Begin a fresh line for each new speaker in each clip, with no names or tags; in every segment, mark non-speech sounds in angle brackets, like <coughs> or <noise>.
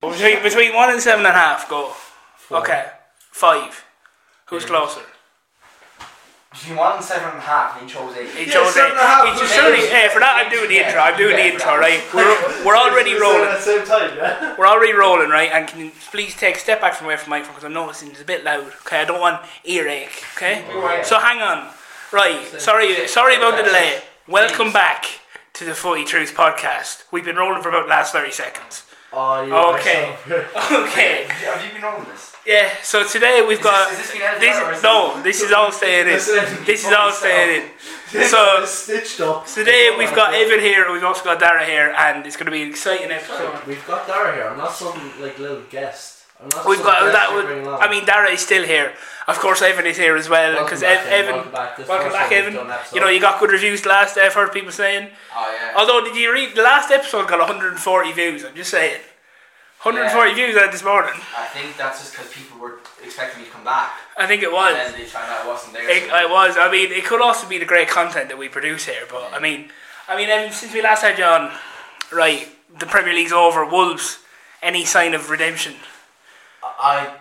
between between one and seven and a half, go.
Four.
Okay, five. Who's
Yeah.
closer?
Between one and seven and a half, and he chose eight.
He
Yeah,
chose
seven
eight.
and a half.
He just surely, hey, for that I'm doing the intro. I'm doing the
Yeah.
intro, right? We're, we're
<laughs>
already rolling.
At the same time, yeah.
We're already rolling, right? And can you please take a step back from away from the microphone because I'm noticing it's a bit loud. Okay, I don't want earache. Okay,
Alright.
so hang on. Right, sorry, sorry about the delay. Welcome back to the Footy Truth podcast. We've been rolling for about the last thirty seconds.
Oh,
Okay. <laughs> Okay.
Have you been on this?
Yeah, so today we've
Is
got
this- is this being edited
this-
out or is
no, this is all staying in.
Listen,
This is all
fucking
staying in.
So
So
stitched up.
today we've got Evan here, we've also got Dara here, and it's going to be an exciting episode.
We've got Dara here. I'm not some like little guest. I'm not
We've
some
got
guest
that.
you
Would,
bring along.
I mean, Dara is still here. Of course, Evan is here as well
Welcome
because
back, Evan.
Evan.
Welcome back. This
Welcome
first
back,
time we've
Evan.
done an episode.
You know, you got good reviews last. I've heard people saying.
Oh yeah.
Although, did you read the last episode got 140 views? I'm just saying, 140 views out this morning.
I think that's just because people were expecting me to come back,
I think it
and
was.
then they found out I wasn't there.
It, it was. I mean, it could also be the great content that we produce here. But I mean, I mean, um, since we last had you on, right? The Premier League's over. Wolves. Any sign of redemption?
I,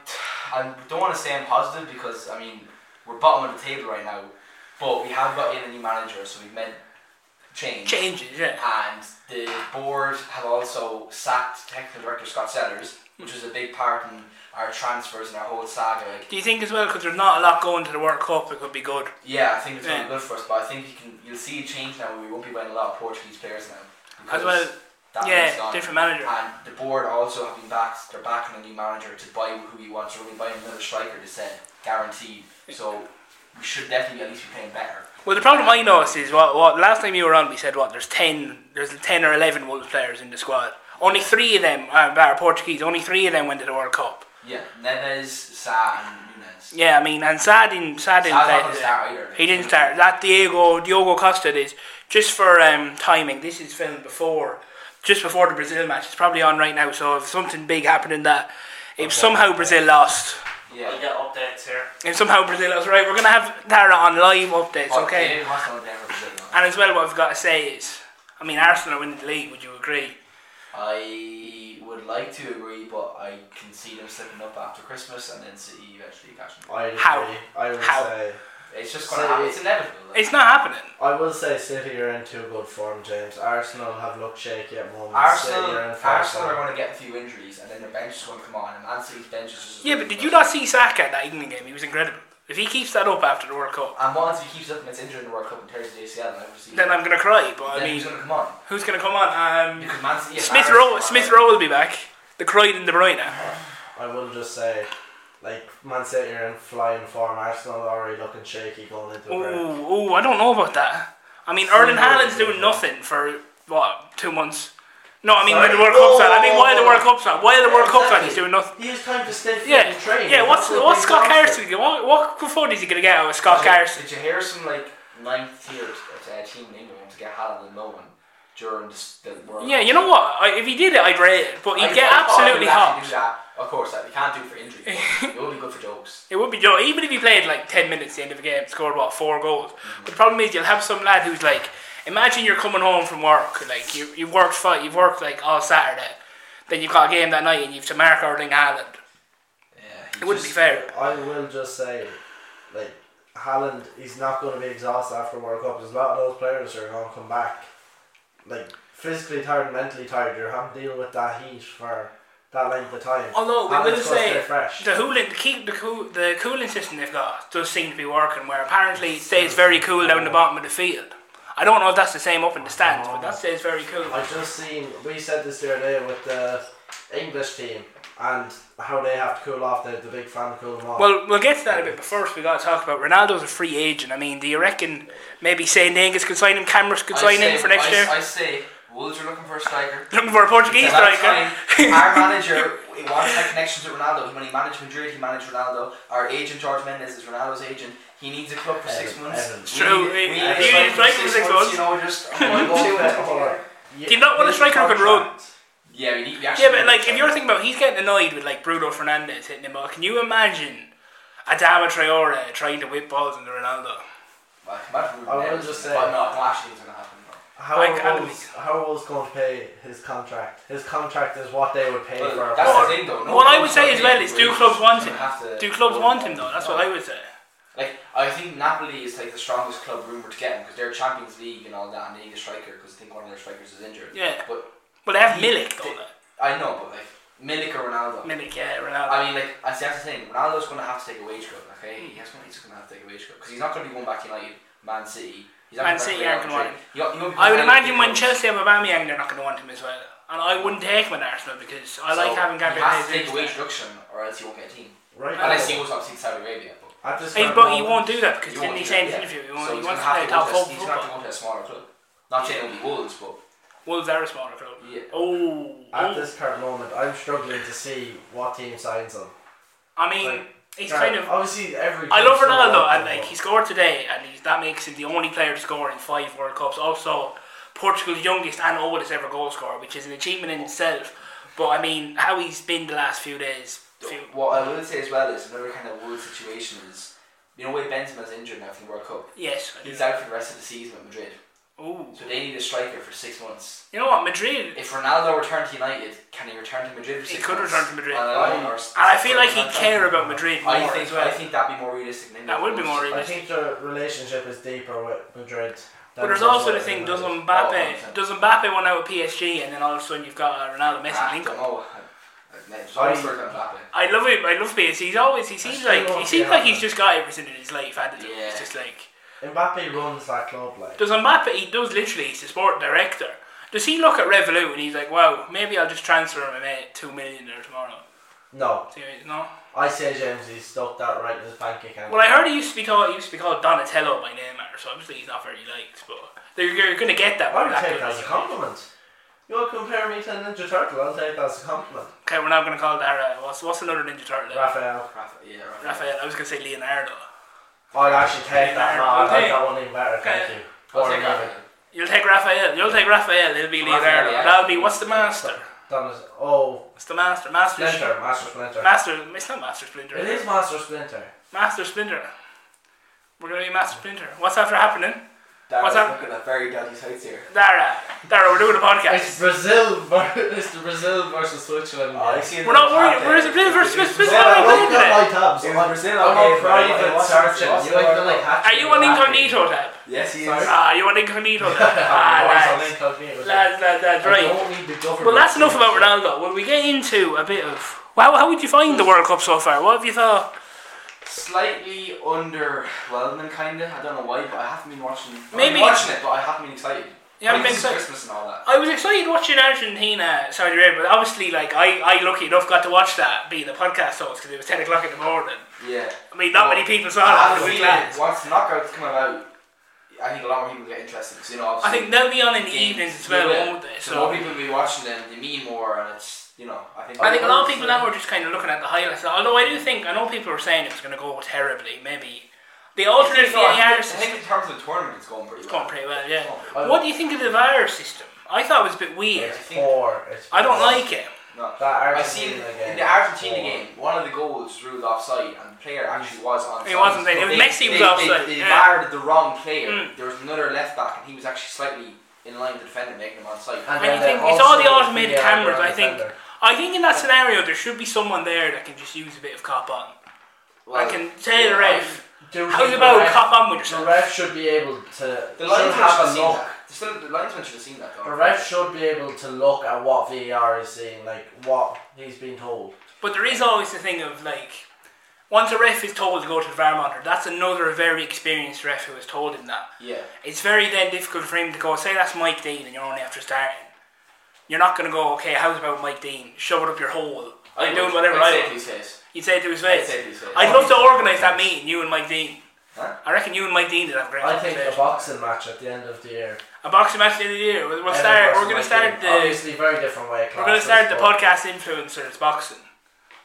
I don't want to say I'm positive because I mean we're bottom of the table right now, but we have got in a new manager, so we've made change.
Changes, yeah.
And the board have also sacked technical director Scott Sellers, which was a big part in our transfers and our whole saga. Like,
Do you think as well, because there's not a lot going to the World Cup, it could be good.
yeah, I think it's going
Yeah.
to be good for us, but I think you can you'll see a change now. We won't be buying a lot of Portuguese players now.
As
because
well,
that one's
yeah,
gone.
different manager.
And the board also have been backed, they're backing a new manager to buy who he wants. They're only buying another striker, they said, guaranteed. So we should definitely at least be playing better.
Well, the problem I noticed is what, what last time you were on, we said what there's ten, there's ten or eleven Wolves players in the squad. Only three of them are, are Portuguese. Only three of them went to the World Cup.
Yeah, Neves, Sa, and Nunes.
Yeah, I mean, and Sa didn't, Sa didn't
Sa's
play
not going to
today.
start either.
He didn't start. That Diego Diogo Costa did. Just for um, timing, this is filmed before, just before the Brazil match. It's probably on right now. So if something big happened in that, if somehow Brazil lost,
Yeah.
get updates here.
if somehow Brazil lost, right, we're gonna have Dara on live updates,
But
okay?
David Watson will never play now.
And as well, what I've got to say is, I mean, Arsenal are winning the league. Would you agree?
I would like to agree, but I can see them slipping up after Christmas and then City eventually catching them.
I agree.
How?
I would
How?
say.
It's just going to
So
happen.
it-
It's inevitable. like.
It's not happening.
I will say City are in too good form, James. Arsenal have looked shaky at moments.
Arsenal,
City are in far
Arsenal
form.
are going to get a few injuries, and then their bench is going to come on, and Man City's bench is just.
Yeah, but did you not see Saka that England game? He was incredible. If he keeps that up after the World Cup,
And once he keeps up and gets injured in the World Cup and tears his ACL, and obviously,
then I'm gonna cry. But I
then he's
mean,
going to come on.
who's gonna come on? Um,
Because Man City.
Smith Rowe. Smith Rowe will be back. The Croydon De Bruyne.
I will just say, like Man City are in flying form. Arsenal are already looking shaky going into the break.
Ooh, ooh, I don't know about that. I mean, Erling Haaland's doing nothing for what two months. No, I mean when the World Cup's on. I mean while the World Cup's on, while the World Cup's on, he's doing nothing.
He has time to stay fit
Yeah,
and train.
yeah. What's
That's what
what's
they
Scott
want.
Carson? What what good fun is he gonna get out of Scott Carson?
Did you hear some like ninth tier uh, team in England to get Haaland and Lowen during this, the World
Yeah,
Cup?
you know what? I, if he did it, I'd rate it, but he'd
I-
get
I thought
absolutely
he would actually
hopped.
do that. Of course, that we can't do it
<laughs>
for injury. but it would be good for jokes.
It would be Joe, even if he played like 10 minutes at the end of the game, scored what, four goals. But the problem is, you'll have some lad who's like, imagine you're coming home from work, like you, you've worked fight, you've worked like all Saturday, then you've got a game that night and you have to mark Erling Haaland.
Yeah,
It wouldn't be fair.
I will just say, like Haaland, he's not going to be exhausted after World Cup. There's a lot of those players who are going to come back, like physically tired, mentally tired. You're having to deal with that heat for that length of time.
Although, Oh, we will
Haaland's gonna
say
stay fresh.
The cooling, the, keep, the, cool, the cooling system they've got does seem to be working, where apparently it stays very cool down the bottom of the field. I don't know if that's the same up in the stands, but that stays very cool.
I just seen we said this the other day with the English team and how they have to cool off. They have the big fan to cool them off.
Well, we'll get to that a bit, but first we got to talk about Ronaldo's a free agent. I mean, do you reckon maybe St. Angus could sign him, Cameras could sign him for next
I,
year?
I say Wolves are looking for a striker.
Looking for a Portuguese
At that
striker.
time, our manager he wants that connection to Ronaldo. He- When he managed Madrid, he managed Ronaldo. Our agent George Mendes is Ronaldo's agent. He needs a club for six
Evan-
months.
Evan.
We
True,
need-
he-
we
he
need a
needs
striker
striker
for six months.
You know,
<laughs>
just oh one goal,
Two
two
minutes
goals.
before.
Do you not want a
His
striker who can
contract-
Yeah, we need. We actually
Yeah, but
need
like
a
if you're
striker.
thinking about, he's getting annoyed with like Bruno Fernandez hitting him. All. Can you imagine Adama Traore trying to whip balls into Ronaldo?
Like, imagine we were
I will
Mendes,
just
but
say-
no, no, actually, it's gonna happen. no.
How
Like
are
Adam
Wolves, how are Wolves going to pay his contract? His contract is what they would pay
Well,
for a
that's
player.
the thing, though. No
what I
club's
would say
gonna
as
pay
well
him
is do
wages.
clubs want
You
him?
have to-
Do clubs want him though? That's what I would say.
Like I think Napoli is like the strongest club rumor to get him because they're Champions League and all that, and they need a striker because I think one of their strikers is injured.
Yeah.
But
But they have
He-
Milik though.
I know, but like Milik or Ronaldo.
like. Milik, yeah, Ronaldo.
I mean, like I see, that's the thing. Ronaldo's going to have to take a wage cut. Okay, he has gonna, he's going to have to take a wage cut because he's not going to be going back to United, Man City. He's not
Man
going back to
City
Real
aren't gonna
Madrid. He won't- he won't be
I would
going to any
imagine when
clubs.
Chelsea have Aubameyang, they're not going to want him as well. And I wouldn't take him in Arsenal because I like
So,
having
He has to
Gabriel
take a wage
Jesus.
reduction, or else he won't get a team.
Right.
Unless he
now,
goes obviously to Saudi Arabia. But
at this
Hey,
current
but he
moment-
won't do that because
You
didn't he
want to
say in
do
the
it,
interview? He
so
wants, he
he's
wants to
gonna
play
have
top
to go
four
to- He's going to have to
football.
go to a smaller club. Not saying it'll be Wolves, but
Wolves are a smaller club.
yeah.
Oh,
At
oh.
this current moment, I'm struggling to see what team signs him.
I mean,
like,
he's
Now,
kind of.
obviously every.
I
team's
love
gonna
Ronaldo,
want
and
him,
like
but-
he scored today, and he's, that makes him the only player to score in five World Cups. Also, Portugal's youngest and oldest ever goal scorer, which is an achievement in itself. But I mean, how he's been the last few days. Few,
What I will say as well is another kind of world situation is you know way Benzema's injured now from the World Cup.
yes. I do.
He's out for the rest of the season at Madrid,
Ooh.
so they need a striker for six months.
You know what, Madrid.
If Ronaldo returned to United, can he return to Madrid for
He
six
could
months?
return to Madrid.
And
I-
I,
And I feel like he'd care about Madrid more
I think
as well.
I think that'd be more realistic. Than
That would be more
I
realistic.
think the relationship is deeper with Madrid.
But there's also the thing: does Mbappe
Oh,
100%.
does Mbappe want out of PSG, and then all of a sudden you've got a Ronaldo
Ah,
Messi
I
link
don't
up?
know. I- I- it's always
I-
working on Mbappe.
I love him. I love PSG. He's always he seems
still
like he
love
seems
Ronaldo.
like he's just got everything in his life added. Yeah.
Yeah.
It's just like
Mbappe runs that club like.
does Mbappe? He does literally. He's the sport director. Does he look at Revolut and he's like, "Wow, maybe I'll just transfer him at two million there tomorrow"?
No,
Do you know?
I say James, he's stuck that right in his bank account.
Well, I heard he used to be called he used to be called Donatello by Neymar, so obviously he's not very liked. But they're, you're going to get that.
I
with
would
that
take
good
that as a
player.
compliment. You want to compare me to a Ninja Turtle? I'll take that as a compliment.
Okay, we're now going to call that. Uh, what's what's another Ninja Turtle?
Raphael.
Rafa, yeah, Rafa.
Raphael. I was going to say Leonardo.
I'd actually Oh, take that. No, I'd
Okay.
like that one even better. Thank
Okay.
you.
I'll
Or
take
even-
Rafa.
You'll take Raphael. You'll take Raphael. He'll be
Raphael,
Leonardo.
yeah.
That'll be what's the master?
Done as- oh,
What's the master? Master.
Splinter, Master Splinter.
Master. It's not Master Splinter.
it is Master Splinter.
Master Splinter. We're gonna be Master Splinter. What's after happening? What's
Dara's
that?
looking at very dodgy sights here.
Dara. Dara, we're doing a podcast.
It's Brazil. ver- <laughs> It's the Brazil versus Switzerland.
Oh, I
game.
see it
We're not
on
worried-
top there.
where is it? Where- where's-
It's
where's-
Brazil.
where's-
Yeah, I looked
Yeah.
at my tabs.
It
I'm
was
on
Brazil, okay, but I- I
private
watched
searching.
Brazil.
You like the like hatchet.
Are you on
<laughs>
incognito tab?
Yes, he is.
Sorry?
Ah, you on incognito
<laughs>
tab?
Ah,
Ah,
lads.
lads. Lads, lads, lads, right. Well, that's enough about Ronaldo. Will we get into a bit of. How, how would you find the World Cup so far? What have you thought?
Slightly underwhelming, kind of. I don't know why, but I haven't been watching. I've been
Maybe-
watching it, but I haven't been excited.
You haven't
Like,
been
since
excited?
Christmas and all that.
I was excited watching Argentina, Saudi Arabia, but obviously, like, I, I lucky enough got to watch that being a podcast host because it was 10 o'clock in the morning.
Yeah.
I mean, not
Well,
many people saw
I
that.
have
but
a
it was
feeling
lads.
once the knockouts come about, I think a lot more people get interested. Because you know,
I
obviously
think they'll be on in the
games,
evenings as
they
well,
will.
won't they?
So more
So
people will be watching them. They mean more, and it's you know, I think.
I think a lot of people now are just kind of looking at the highlights. Although I do think, I know people are saying it was going to go terribly. Maybe the alternate
No,
VAR
I think- I
system
think in terms of the tournament, it's going pretty
is
well.
going pretty well. Yeah.
Oh,
What do you think of the VAR system? I thought it was a bit weird.
It's poor. It's
I don't
poor.
like it.
No.
that Argentina
I seen
game.
in the Argentina
Poor.
game, one of the goals was ruled offside, and the player actually was on.
He wasn't there. Mm. It was Messi was offside,
They, they
yeah.
barred the wrong player.
Mm.
There was another left back, and he was actually slightly in line with the defender, making him onside.
And
And
then
you
they
think it's all
also
the automated
VAR
cameras,
on
I think.
defender.
I think in that scenario there should be someone there that can just use a bit of cop on.
Well,
I can tell the ref.
Do you
How's
think
about
the ref-
cop on with
The
yourself?
ref should be able to.
The
should
linesman should
have
have
a
seen
look.
that. Still, the linesman should have seen that. Though.
The ref should be able to look at what VAR is seeing, like what he's been told.
But there is always the thing of like, once a ref is told to go to the VAR monitor, that's another very experienced ref who has told him that.
Yeah.
It's very then difficult for him to go, say that's Mike Dean and you're only after starting. You're not going to go, okay, how's about Mike Dean? Shove it up your hole. I'm doing whatever
I'd
I
say
want.
these days.
He'd say it to his
I'd
face.
say these days.
I'd love to organise that meeting, you and Mike Dean.
Huh?
I reckon you and Mike Dean did have a great
I think a
conversation.
boxing match at the end of the year.
A boxing match of the year. We'll, we'll
Evan
start. We're going
versus
to
Mike
start
Dean.
the.
Obviously, very different way.
We're going to start the podcast influencers boxing.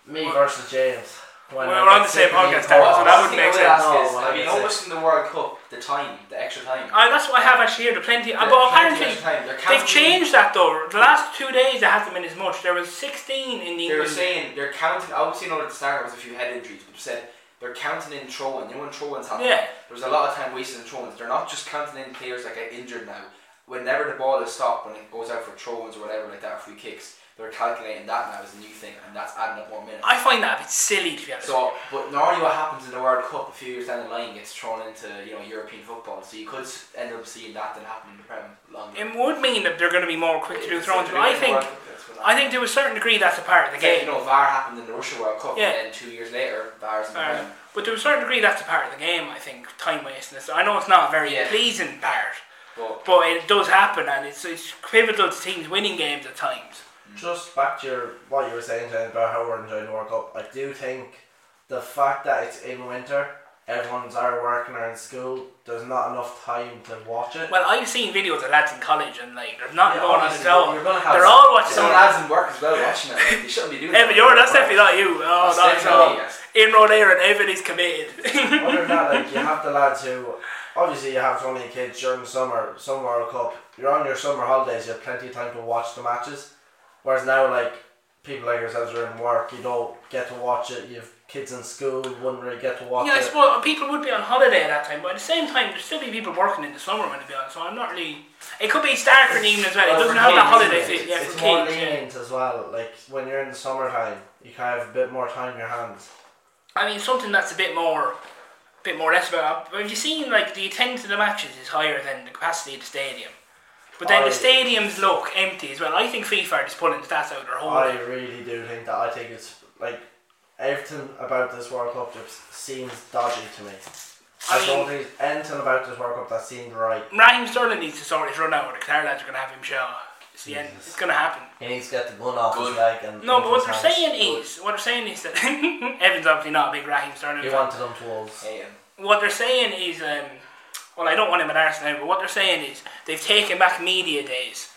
Me versus James. When
We're on
I got
the same
sick of
podcast,
these
Darren, so
podcasts.
that would make
I
sense.
ask is,
No,
have you
I would
noticed in the World Cup the time, the extra time?
Uh, that's what I have actually here. The plenty. uh, but apparently, They've changed that though. The last two days they haven't been as much. There was 16 in the
They
England.
were saying they're counting. Obviously, not at the start was a few head injuries, but they said they're counting in throwing. You know when throwing's happening.
Yeah.
There's a lot of time wasted in throwing. They're not just counting in players that get injured now whenever the ball is stopped, when it goes out for throw-ins or whatever like that, or free kicks, they're calculating that now as a new thing, and that's adding up more minutes.
I find that a bit silly to be honest.
So, but normally what happens in the World Cup a few years down the line gets thrown into you know European football, so you could s- end up seeing that then happen in the Prem longer.
it would mean that they're going to be more quick to do
It's
throw-ins,
a
but I
bit
think
more- that's what
I think to a certain degree that's a part of the
It's like,
game.
you know, VAR happened in the Russia World Cup,
Yeah.
and then two years later, VAR's in the
Fair
Prem.
enough. Uh, But to a certain degree, that's a part of the game. I think time wasting. Is, I know it's not a very
Yeah.
pleasing part,
But
but it does happen, and it's it's pivotal to teams winning games at times.
Just back to your what you were saying Jen, about how we're enjoying the World Cup. I do think the fact that it's in winter, everyone's out working or in school. There's not enough time to watch it.
Well, I've seen videos of lads in college, and like there's nothing
Yeah,
going on
obviously,
at all.
you're gonna have
They're
some-
all watching.
some
it.
lads in work as well watching it. Like, they shouldn't be doing
Evan,
that.
you're that's definitely not you. Oh,
That's
that's
definitely
all.
yes.
In road air, and Evan is committed. <laughs>
Other than that, like you have the lads who obviously you have so many kids during the summer, some World Cup. You're on your summer holidays. You have plenty of time to watch the matches. Whereas now, like people like yourselves are in work, you don't get to watch it. You have kids in school, you wouldn't really get to watch
yeah, I
it.
suppose people would be on holiday at that time, but at the same time, there'd still be people working in the summer when it'd be on. So I'm not really. It could be start for even as well. It
Well,
doesn't
for
have that
kids,
holiday
isn't it?
thing. Yeah,
it's
for
more
kids. yeah.
lenient as well. Like when you're in the summertime, you kind of have a bit more time in your hands.
I mean, something that's a bit more, bit more less about. Have you seen like the attendance of the matches is higher than the capacity of the stadium? But then
I-
the stadiums look empty as well. I think FIFA are just pulling stats out of their whole.
I really do think that. I think it's like everything about this World Cup just seems dodgy to me. I,
I
don't
mean-
think there's anything about this World Cup that seemed right.
Raheem Sterling needs to sort his run out, or the Qatar lads are going to have him shot. It's the end.
Jesus.
It's going to happen.
He needs to get the gun off
Good.
his leg and
No,
into
but what
his
they're
hands.
saying is, what they're saying is that <laughs> Evan's obviously not a big Raheem Sterling
he
fan.
wanted them to Wolves.
Yeah.
what they're saying is, um, well, I don't want him at Arsenal, but what they're saying is they've taken back media days.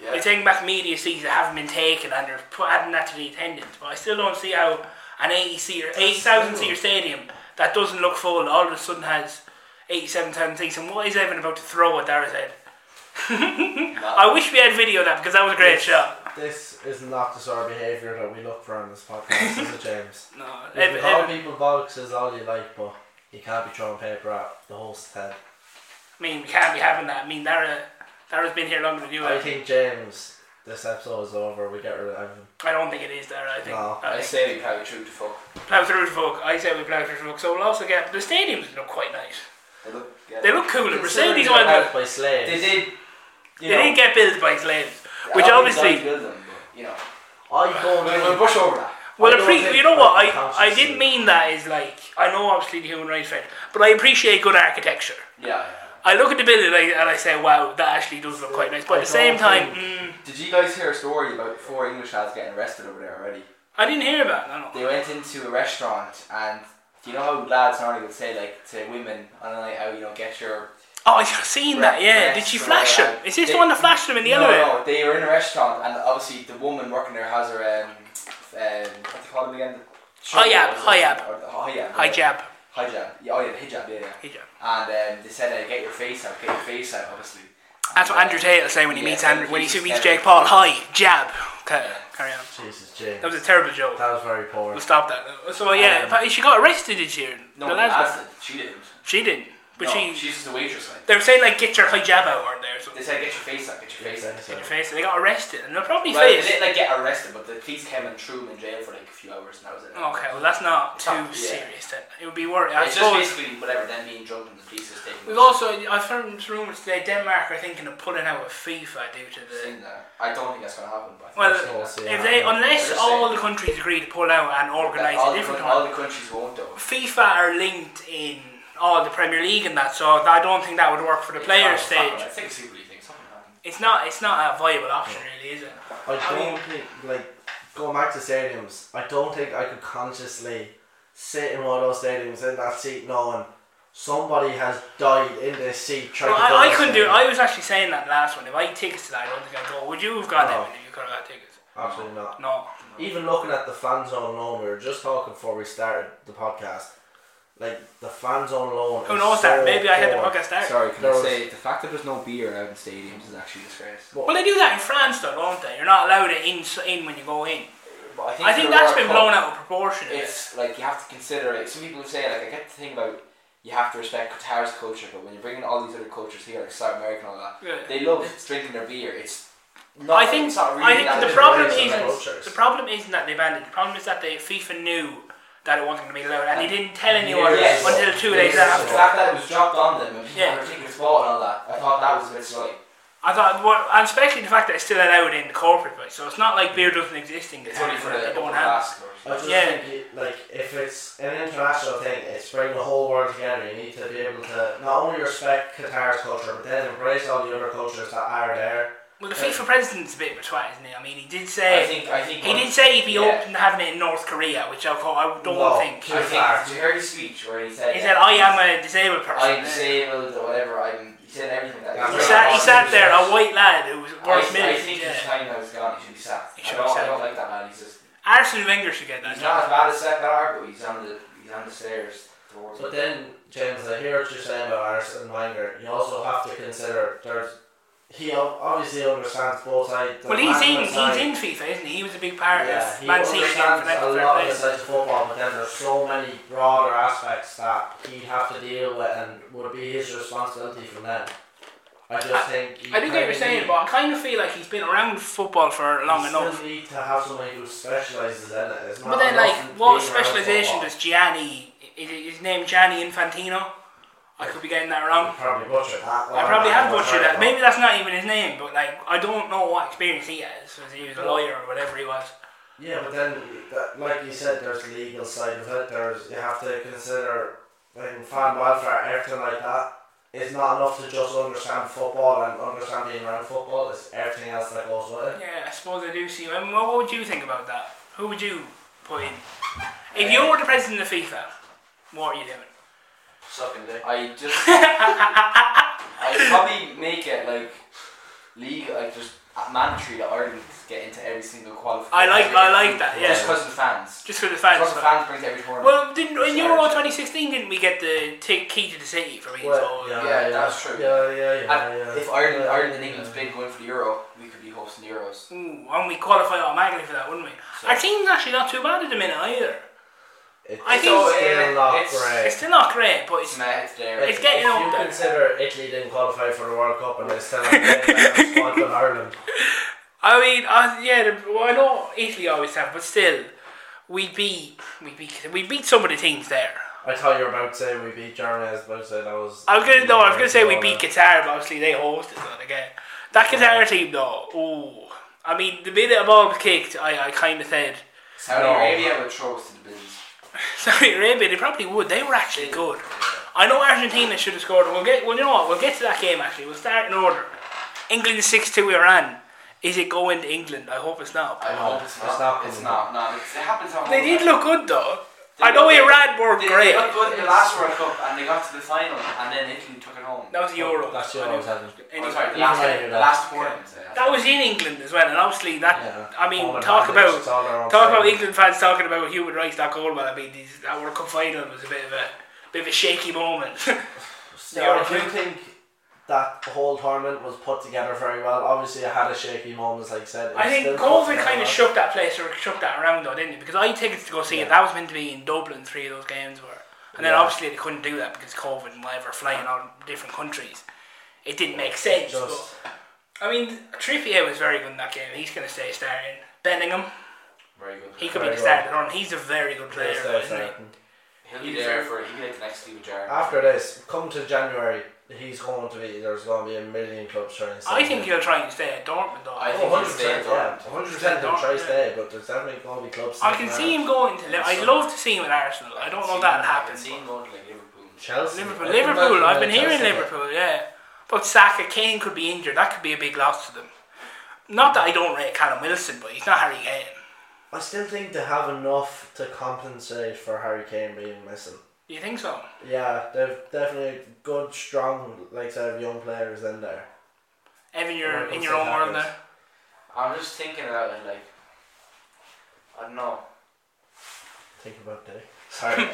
Yeah.
They're taking back media seats that haven't been taken and they're put, adding that to the attendance. But I still don't see how an 80 seater, 80,000 seater stadium that doesn't look full all of a sudden has 87,000 seats. And what is Evan about to throw at Dara's head? <laughs> I wish we had video of that because that was a great
Yes.
shot.
This is not the sort of behaviour that we look for on this podcast, is it, James?
<laughs> No,
You
Evan,
can call
Evan,
people boxes all you like, but you can't be throwing paper at the host's head.
I mean, we can't be having that. I mean, Dara, Dara's been here longer than you.
I
have.
think James, this episode is over. We get rid of him.
I don't think it is Dara. I think.
No,
I
I
think-
say we probably true to fuck.
Plough through the folk. I say we plough through the folk. So we'll also get the stadiums look quite nice.
They look, yeah.
They look cool. And Mercedes
Considering
went.
they're
They
held by slaves.
They did. You know,
didn't get built by slaves, which
I don't think
obviously.
Dodge built them, but, you know,
I
we'll,
don't
we'll
think.
brush over that.
Well,
I don't
appre-
think
you know what?
that
I,
counts
I
as
didn't
a-
mean that is like I know obviously the human rights fair, but I appreciate good architecture.
Yeah.
I look at the building and I, and I say, wow, that actually does look quite nice. But at the same time, mm,
Did you guys hear a story about four English lads getting arrested over there already?
I didn't hear about that. No,
They went into a restaurant and. Do you know how lads normally would say like to women on a night out, you know, get your
Oh, I've seen that. Yeah, did she flash him? Is this the one that flashed him in the
no,
elevator?
No, they were in a restaurant, and obviously the woman working there has her um, um what do you call them again? The
Hijab, hijab.
Or the- oh, hijab. yeah.
Hijab,
Hijab. Yeah, oh yeah, the hijab. Yeah, yeah.
hijab.
And um, they said, uh, "Get your face out, get your face out." Obviously.
That's what Andrew Tate was saying when he
Yeah,
meets
Andrew
Andrew, when he
Tate's
meets
terrible.
Jake Paul. Hi, jab. Okay, carry on.
Jesus, James.
That was a terrible joke.
That was very poor.
We'll stop that. though. So yeah,
Um,
but she got arrested, did she? The
No, the
lads
lads
got-
did. She didn't.
She didn't. But
no,
she,
she's just a waitress. Like.
they were saying like, get your hijab out, weren't they? Or
They
something.
said, "Get your face out, get your face out."
Your face. They got arrested, and they'll probably
Well, they
face.
didn't like get arrested, but the police came and threw him in jail for like a few hours, and that was it.
Okay, well that's not
It's
too
not- yeah.
serious then. It would be worrying. I
It's just
suppose.
basically whatever. Then being drunk and the police was taking.
We've
him.
also, I've heard rumours today Denmark are thinking of pulling out of FIFA due to the.
Seen that. I don't think that's gonna happen. But I think
Well,
that's gonna-
We'll see
If
how
they,
it goes.
unless
They're
all
saying-
the countries agree to pull out and organise
all,
a
the,
different
coun-
one,
all the countries won't though.
FIFA are linked in all the Premier League and that, so I don't think that would work for the player
It's not-
stage.
I think Super League thing. Something happened.
It's not, it's not a viable option, really, is it?
I
I
don't
mean-
think, like, going back to stadiums, I don't think I could consciously sit in one of those stadiums in that seat knowing somebody has died in this seat trying
Well,
to
I,
go
I couldn't do.
to the
I was actually saying that last one. If I had tickets to that, I don't think I'd go. Would you have gone
No.
Evan, if you could have got tickets?
stadium. Absolutely not.
No.
Even looking at the fan zone alone, we were just talking before we started the podcast. Like, the fan zone alone.
Who
is
knows that?
so
Maybe I had the
poor.
podcast started.
Sorry, can
There
I
was-
say the fact that there's no beer out in stadiums is actually a disgrace.
Well, they do that in France, though, don't they? You're not allowed it in, in when you go in.
But I think,
I think
for the
that's
World
been
Cup,
blown out of proportion. a bit.
It's like you have to consider it. Some people say like I get the thing about you have to respect Qatar's culture, but when you're bringing all these other cultures here, like South America and all that,
Yeah.
they love drinking their beer. It's not,
I think
it's not really
I think
that
the
different
problem
ways of
isn't-
it.
is
cultures.
the problem isn't that they banned it. The problem is that they FIFA knew that it wasn't going to be allowed, and they didn't tell anyone
Yes.
until two days
Yes.
after.
The fact that it was dropped on them and people
Yeah.
were taking the ball and all that, I thought that was a bit slight.
I thought, well, and especially the fact that it's still allowed in the corporate place, so it's not like beer doesn't exist in
It's only
Qatar.
for
that
the
They don't
upper
have.
class.
I just
Yeah.
think you, like if it's an international thing, it's bringing the whole world together. You need to be able to not only respect Qatar's culture, but then embrace all the other cultures that are there.
Well, the
Yeah.
FIFA president's a bit of a twat, isn't he? I mean, he did
I
say
think I think
he
one-
did say he'd be
Yeah.
open to having it in North Korea, which I thought I don't
No.
think.
I think did you hear his speech where he said
He said, "Oh, "I am a disabled person."
I'm disabled or whatever. I'm. He said everything that.
He
Yeah.
sat, he sat there, a white lad who was
I,
worth
I
millions.
think
yeah.
his time now is gone. He should be sacked.
He
I
should
don't,
be
I don't
sacked.
like that man. He's just.
Arsene Wenger should get that.
He's
job.
not as bad as Seth Ballard, but he's on the he's on the stairs towards.
But then, James, I hear what you're saying about Arsene Wenger. You also have to consider there's he ob- obviously understands both sides. the
Well, he's in,
management
he's
side.
in FIFA, isn't he? He was a big part
Yeah,
of
he
Man City and
understands
Financial
a
Fair
lot of the
Play.
sides of football, but then there's so many broader aspects that he'd have to deal with and would be his responsibility from then. I just think. he
I think what
kinda
you're saying,
need-
but I kind of feel like he's been around football for long
you
enough.
Still need to have somebody who specialises in it. It's
But
not
then,
enough
like,
being
what
around
specialisation
football.
does Gianni? Is it his name Gianni Infantino? I could be getting that
You
wrong.
probably butchered that.
I probably have butchered that. Maybe that's not even his name, but like, I don't know what experience he has. Whether he was a lawyer or whatever he was.
Yeah, but then, that, like you said, there's the legal side of it. There's you have to consider like fan welfare, everything like that. It's not enough to just understand football and understand being around football. It's everything else that goes with it.
Yeah, I suppose I do see. I mean, what what would you think about that? Who would you put in? If
Uh,
you were the president of FIFA, what are you doing?
Sucking dick.
I
<laughs>
just. I'd probably make it like league, like just mandatory that Ireland get into every single qualifier.
I like- I like that, yeah.
Just because of the fans.
Just for the
Because
fans.
the fans bring to every tournament.
Well, didn't in
Sorry.
Euro 2016 didn't we get the t- key to the city for me?
Well,
so,
yeah, that's true.
Yeah, yeah, yeah. yeah.
if Ireland,
yeah,
Ireland and
yeah.
England's been going for the Euro, we could be hosting the Euros.
Ooh, and we qualify automatically for that, wouldn't we?
So-
Our team's actually not too bad at the minute either.
It's
I think-
still
So,
uh,
not
it's-
great.
It's still not great, but
It's
it's
mad there.
Like,
it's getting
if
up
you
there.
consider Italy didn't qualify for the World Cup and they still have a squad than Ireland.
I mean, I, yeah, the, well, I know Italy always have, but still, we beat we beat we beat some of the teams there.
I thought you were about to say we beat Germany. I was about to say that was.
I was gonna no, I was gonna say we beat Qatar, but obviously they hosted that again. That Qatar team though, ooh, I mean, the minute a ball was kicked, I, I kind of said
Saudi
No.
Arabia would throw us to the bins.
<laughs> Saudi Arabia. They probably would. They were actually good. I know Argentina should have scored. We'll get. Well, you know what? We'll get to that game. Actually, we'll start in order. England six two Iran. Is it going to England? I hope it's not.
I hope it's
it's
not.
not
it's
good.
not. No, it's, it happens on
They
all
did
time.
look good though.
They
I know
look-
Iran were
They,
great.
they looked good in the last World Cup and they got to the final and then Italy took it home.
That was the Euro.
That's what I was having.
Oh, sorry, the
Even
last,
I knew
the
that.
last tournament. yeah.
That was in England as well, and obviously that.
Yeah.
I mean,
Home
talk
advantage,
about
it's all their own
talk about
fault.
England fans talking about human rights that goal. Well, I mean, these, that World Cup final was a bit of a bit of a shaky moment. <laughs>
Yeah, I do think that whole tournament was put together very well. Obviously, it had a shaky moments, like I said. It
I
was
think
still put
COVID
together
kind
well.
of shook that place or shook that around though, didn't it? Because I had tickets to go see
Yeah.
it. That was meant to be in Dublin. Three of those games were, and then
Yeah.
obviously they couldn't do that because COVID and whatever, flying out different countries. It didn't make sense.
Just
but, I mean, Trippier was very good in that game. He's going to stay starting. Bellingham,
Very good.
he could be
Very
the starter on. He's a very good player,
just
isn't he?
certain.
He'll be there for he'll be like the next Steve Gerrard.
After this, come to January, he's going to be. There's going to be a million clubs trying. to
I
sign
think
him.
he'll try and stay at Dortmund though.
I
I,
think
Oh,
he'll
100%,
stay at
yeah,
Dortmund.
100% he'll try to stay, but there's definitely going to be clubs.
can
sniffing
see
around.
him going to. Li- I'd
So-
love to see him at Arsenal. I don't know if that'll happen.
Seen him going to like Liverpool.
Chelsea.
Liverpool,
I think
Liverpool.
Manchester
I've been hearing
Chelsea.
Liverpool, yeah. But Saka, Kane could be injured. That could be a big loss to them. Not that I don't rate Callum Wilson, but he's not Harry Kane.
I still think they have enough to compensate for Harry Kane being missing.
Do you think so?
Yeah, they've definitely good, strong, like sort of young players in there.
Evan, you're
Well,
in
I'd
your
say
own world
Hackers.
now.
I'm just thinking about it like I don't know.
Think about that.
<laughs>
Sorry.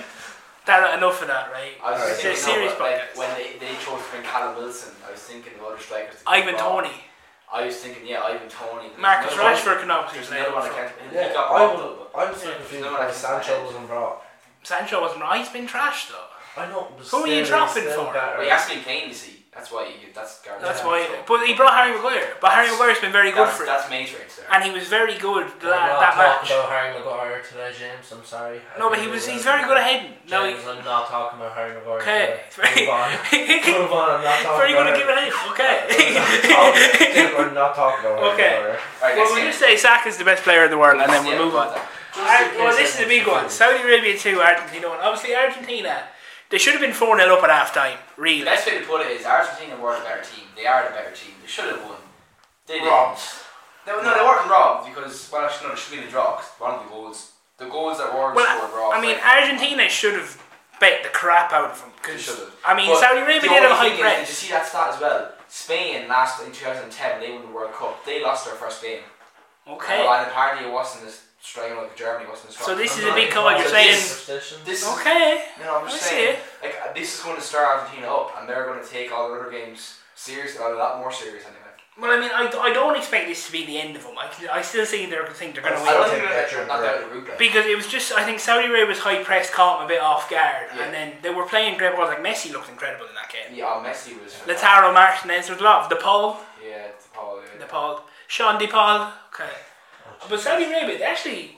That, enough of that, right?
I was
Alright.
just thinking
It's a serious
about, like,
podcast.
when they, they chose to bring Callum Wilson, I was thinking of other strikers. to
Ivan
come on.
Tony,
I was thinking, yeah, Ivan Tony. There's
Marcus
another one-
Rashford can obviously
There's
play.
another one I
up front.
can't. he
yeah,
got
I
robbed
would,
up,
I'm so confused
No,
why
I-
Sancho wasn't brought.
Sancho wasn't right. He's been trashed though.
I know. but
Who are you
still,
dropping
still
for?
better.
Well, he has to be Kane, you see. That's why he, that's garbage.
That's
Yeah,
why. But he brought Harry Maguire. But Harry Maguire's been very good
that's,
for him,
That's Matrix there.
and he was very good
We're
that,
not
that
talking
match.
about Harry Maguire today, James. I'm sorry. I
No, but he
really
was. He's very
wasn't.
good at heading. No, he,
James, I'm not talking about Harry Maguire.
okay, <laughs> it's very.
Today. Move on. Move on.
<laughs>
Oh,
I'm not talking
Very
about
good at
Harry-
giving head.
<laughs>
<laughs>
Dude,
Okay.
We're not talking about Harry
Okay.
Maguire.
Alright,
well, we just say Saka's the best player in the world, and then we'll move on. Ar-
in
well, this
case
is the big
everyone's
one. Saudi Arabia 2, Argentina 1. Obviously, Argentina, they should have been 4 0 up at half time,
The
really.
best way to put it is Argentina were a better team. They are the better team. They should have won. They didn't.
Robbed.
No, no, they weren't robbed because well, actually, no, they should have been a draw. 'cause one of the goals, the goals that were
Well,
scored, were
I mean,
offside.
Argentina should have bet the crap out of them.
They
Cause,
should have.
I mean,
But
Saudi Arabia
the
did have a
only
high
thing is,
press.
Did you see that stat as well? Spain last in 2010, they won the World Cup. They lost their first game.
Okay.
And apparently, it wasn't as strong like Germany wasn't as strong.
So this
I'm
is a
not
big call. You're
involved in
saying.
superstition.
This is
Okay.
No, I'm just
I see
saying,
it.
like uh, this is going to stir Argentina up, and they're going to take all the other games seriously, a lot more serious anyway.
Well, I mean, I, I don't expect this to be the end of them. I, can- I still think they're, think they're going to
I
win.
I don't
think
think
that's
they're
your
not
bread.
out of the group. Like.
Because it was just, I think Saudi Arabia's high press caught him a bit off guard,
Yeah.
and then they were playing great balls. Like Messi looked incredible in that game.
Yeah, oh, Messi was.
Lautaro Martinez was love. The Paul,
Yeah, De Paul. Yeah.
the Paul, Sean De Paul. Okay, but Saudi Arabia, they actually,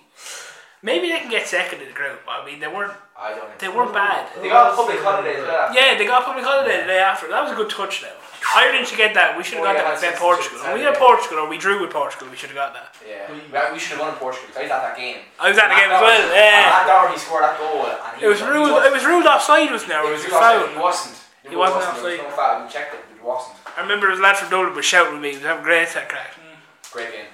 maybe they can get second in the group. I mean, they weren't,
I don't. Think
they weren't bad.
they got a public holiday. Yeah.
Yeah, they got public holiday the day after. That was a good touchdown. Ireland should get that. We should have
Well,
got that
Oh, yeah, that's-
against Portugal.
that's-
When we had Portugal, or we drew with Portugal. We should have got that.
Yeah. Well, we should have won in Portugal. 'cause I was at that game.
I was at the
And
game as
that
well.
was- And
Yeah,
that Doherty scored that goal. And he
it was
he
ruled. It
wasn't-
was ruled offside, wasn't there?
It
It was a
ruled offside,
foul.
He wasn't. It
He wasn't
There was no foul. We checked it. It wasn't.
I remember there was a lad from Dublin was shouting at me. He was having great that crack.
Great game.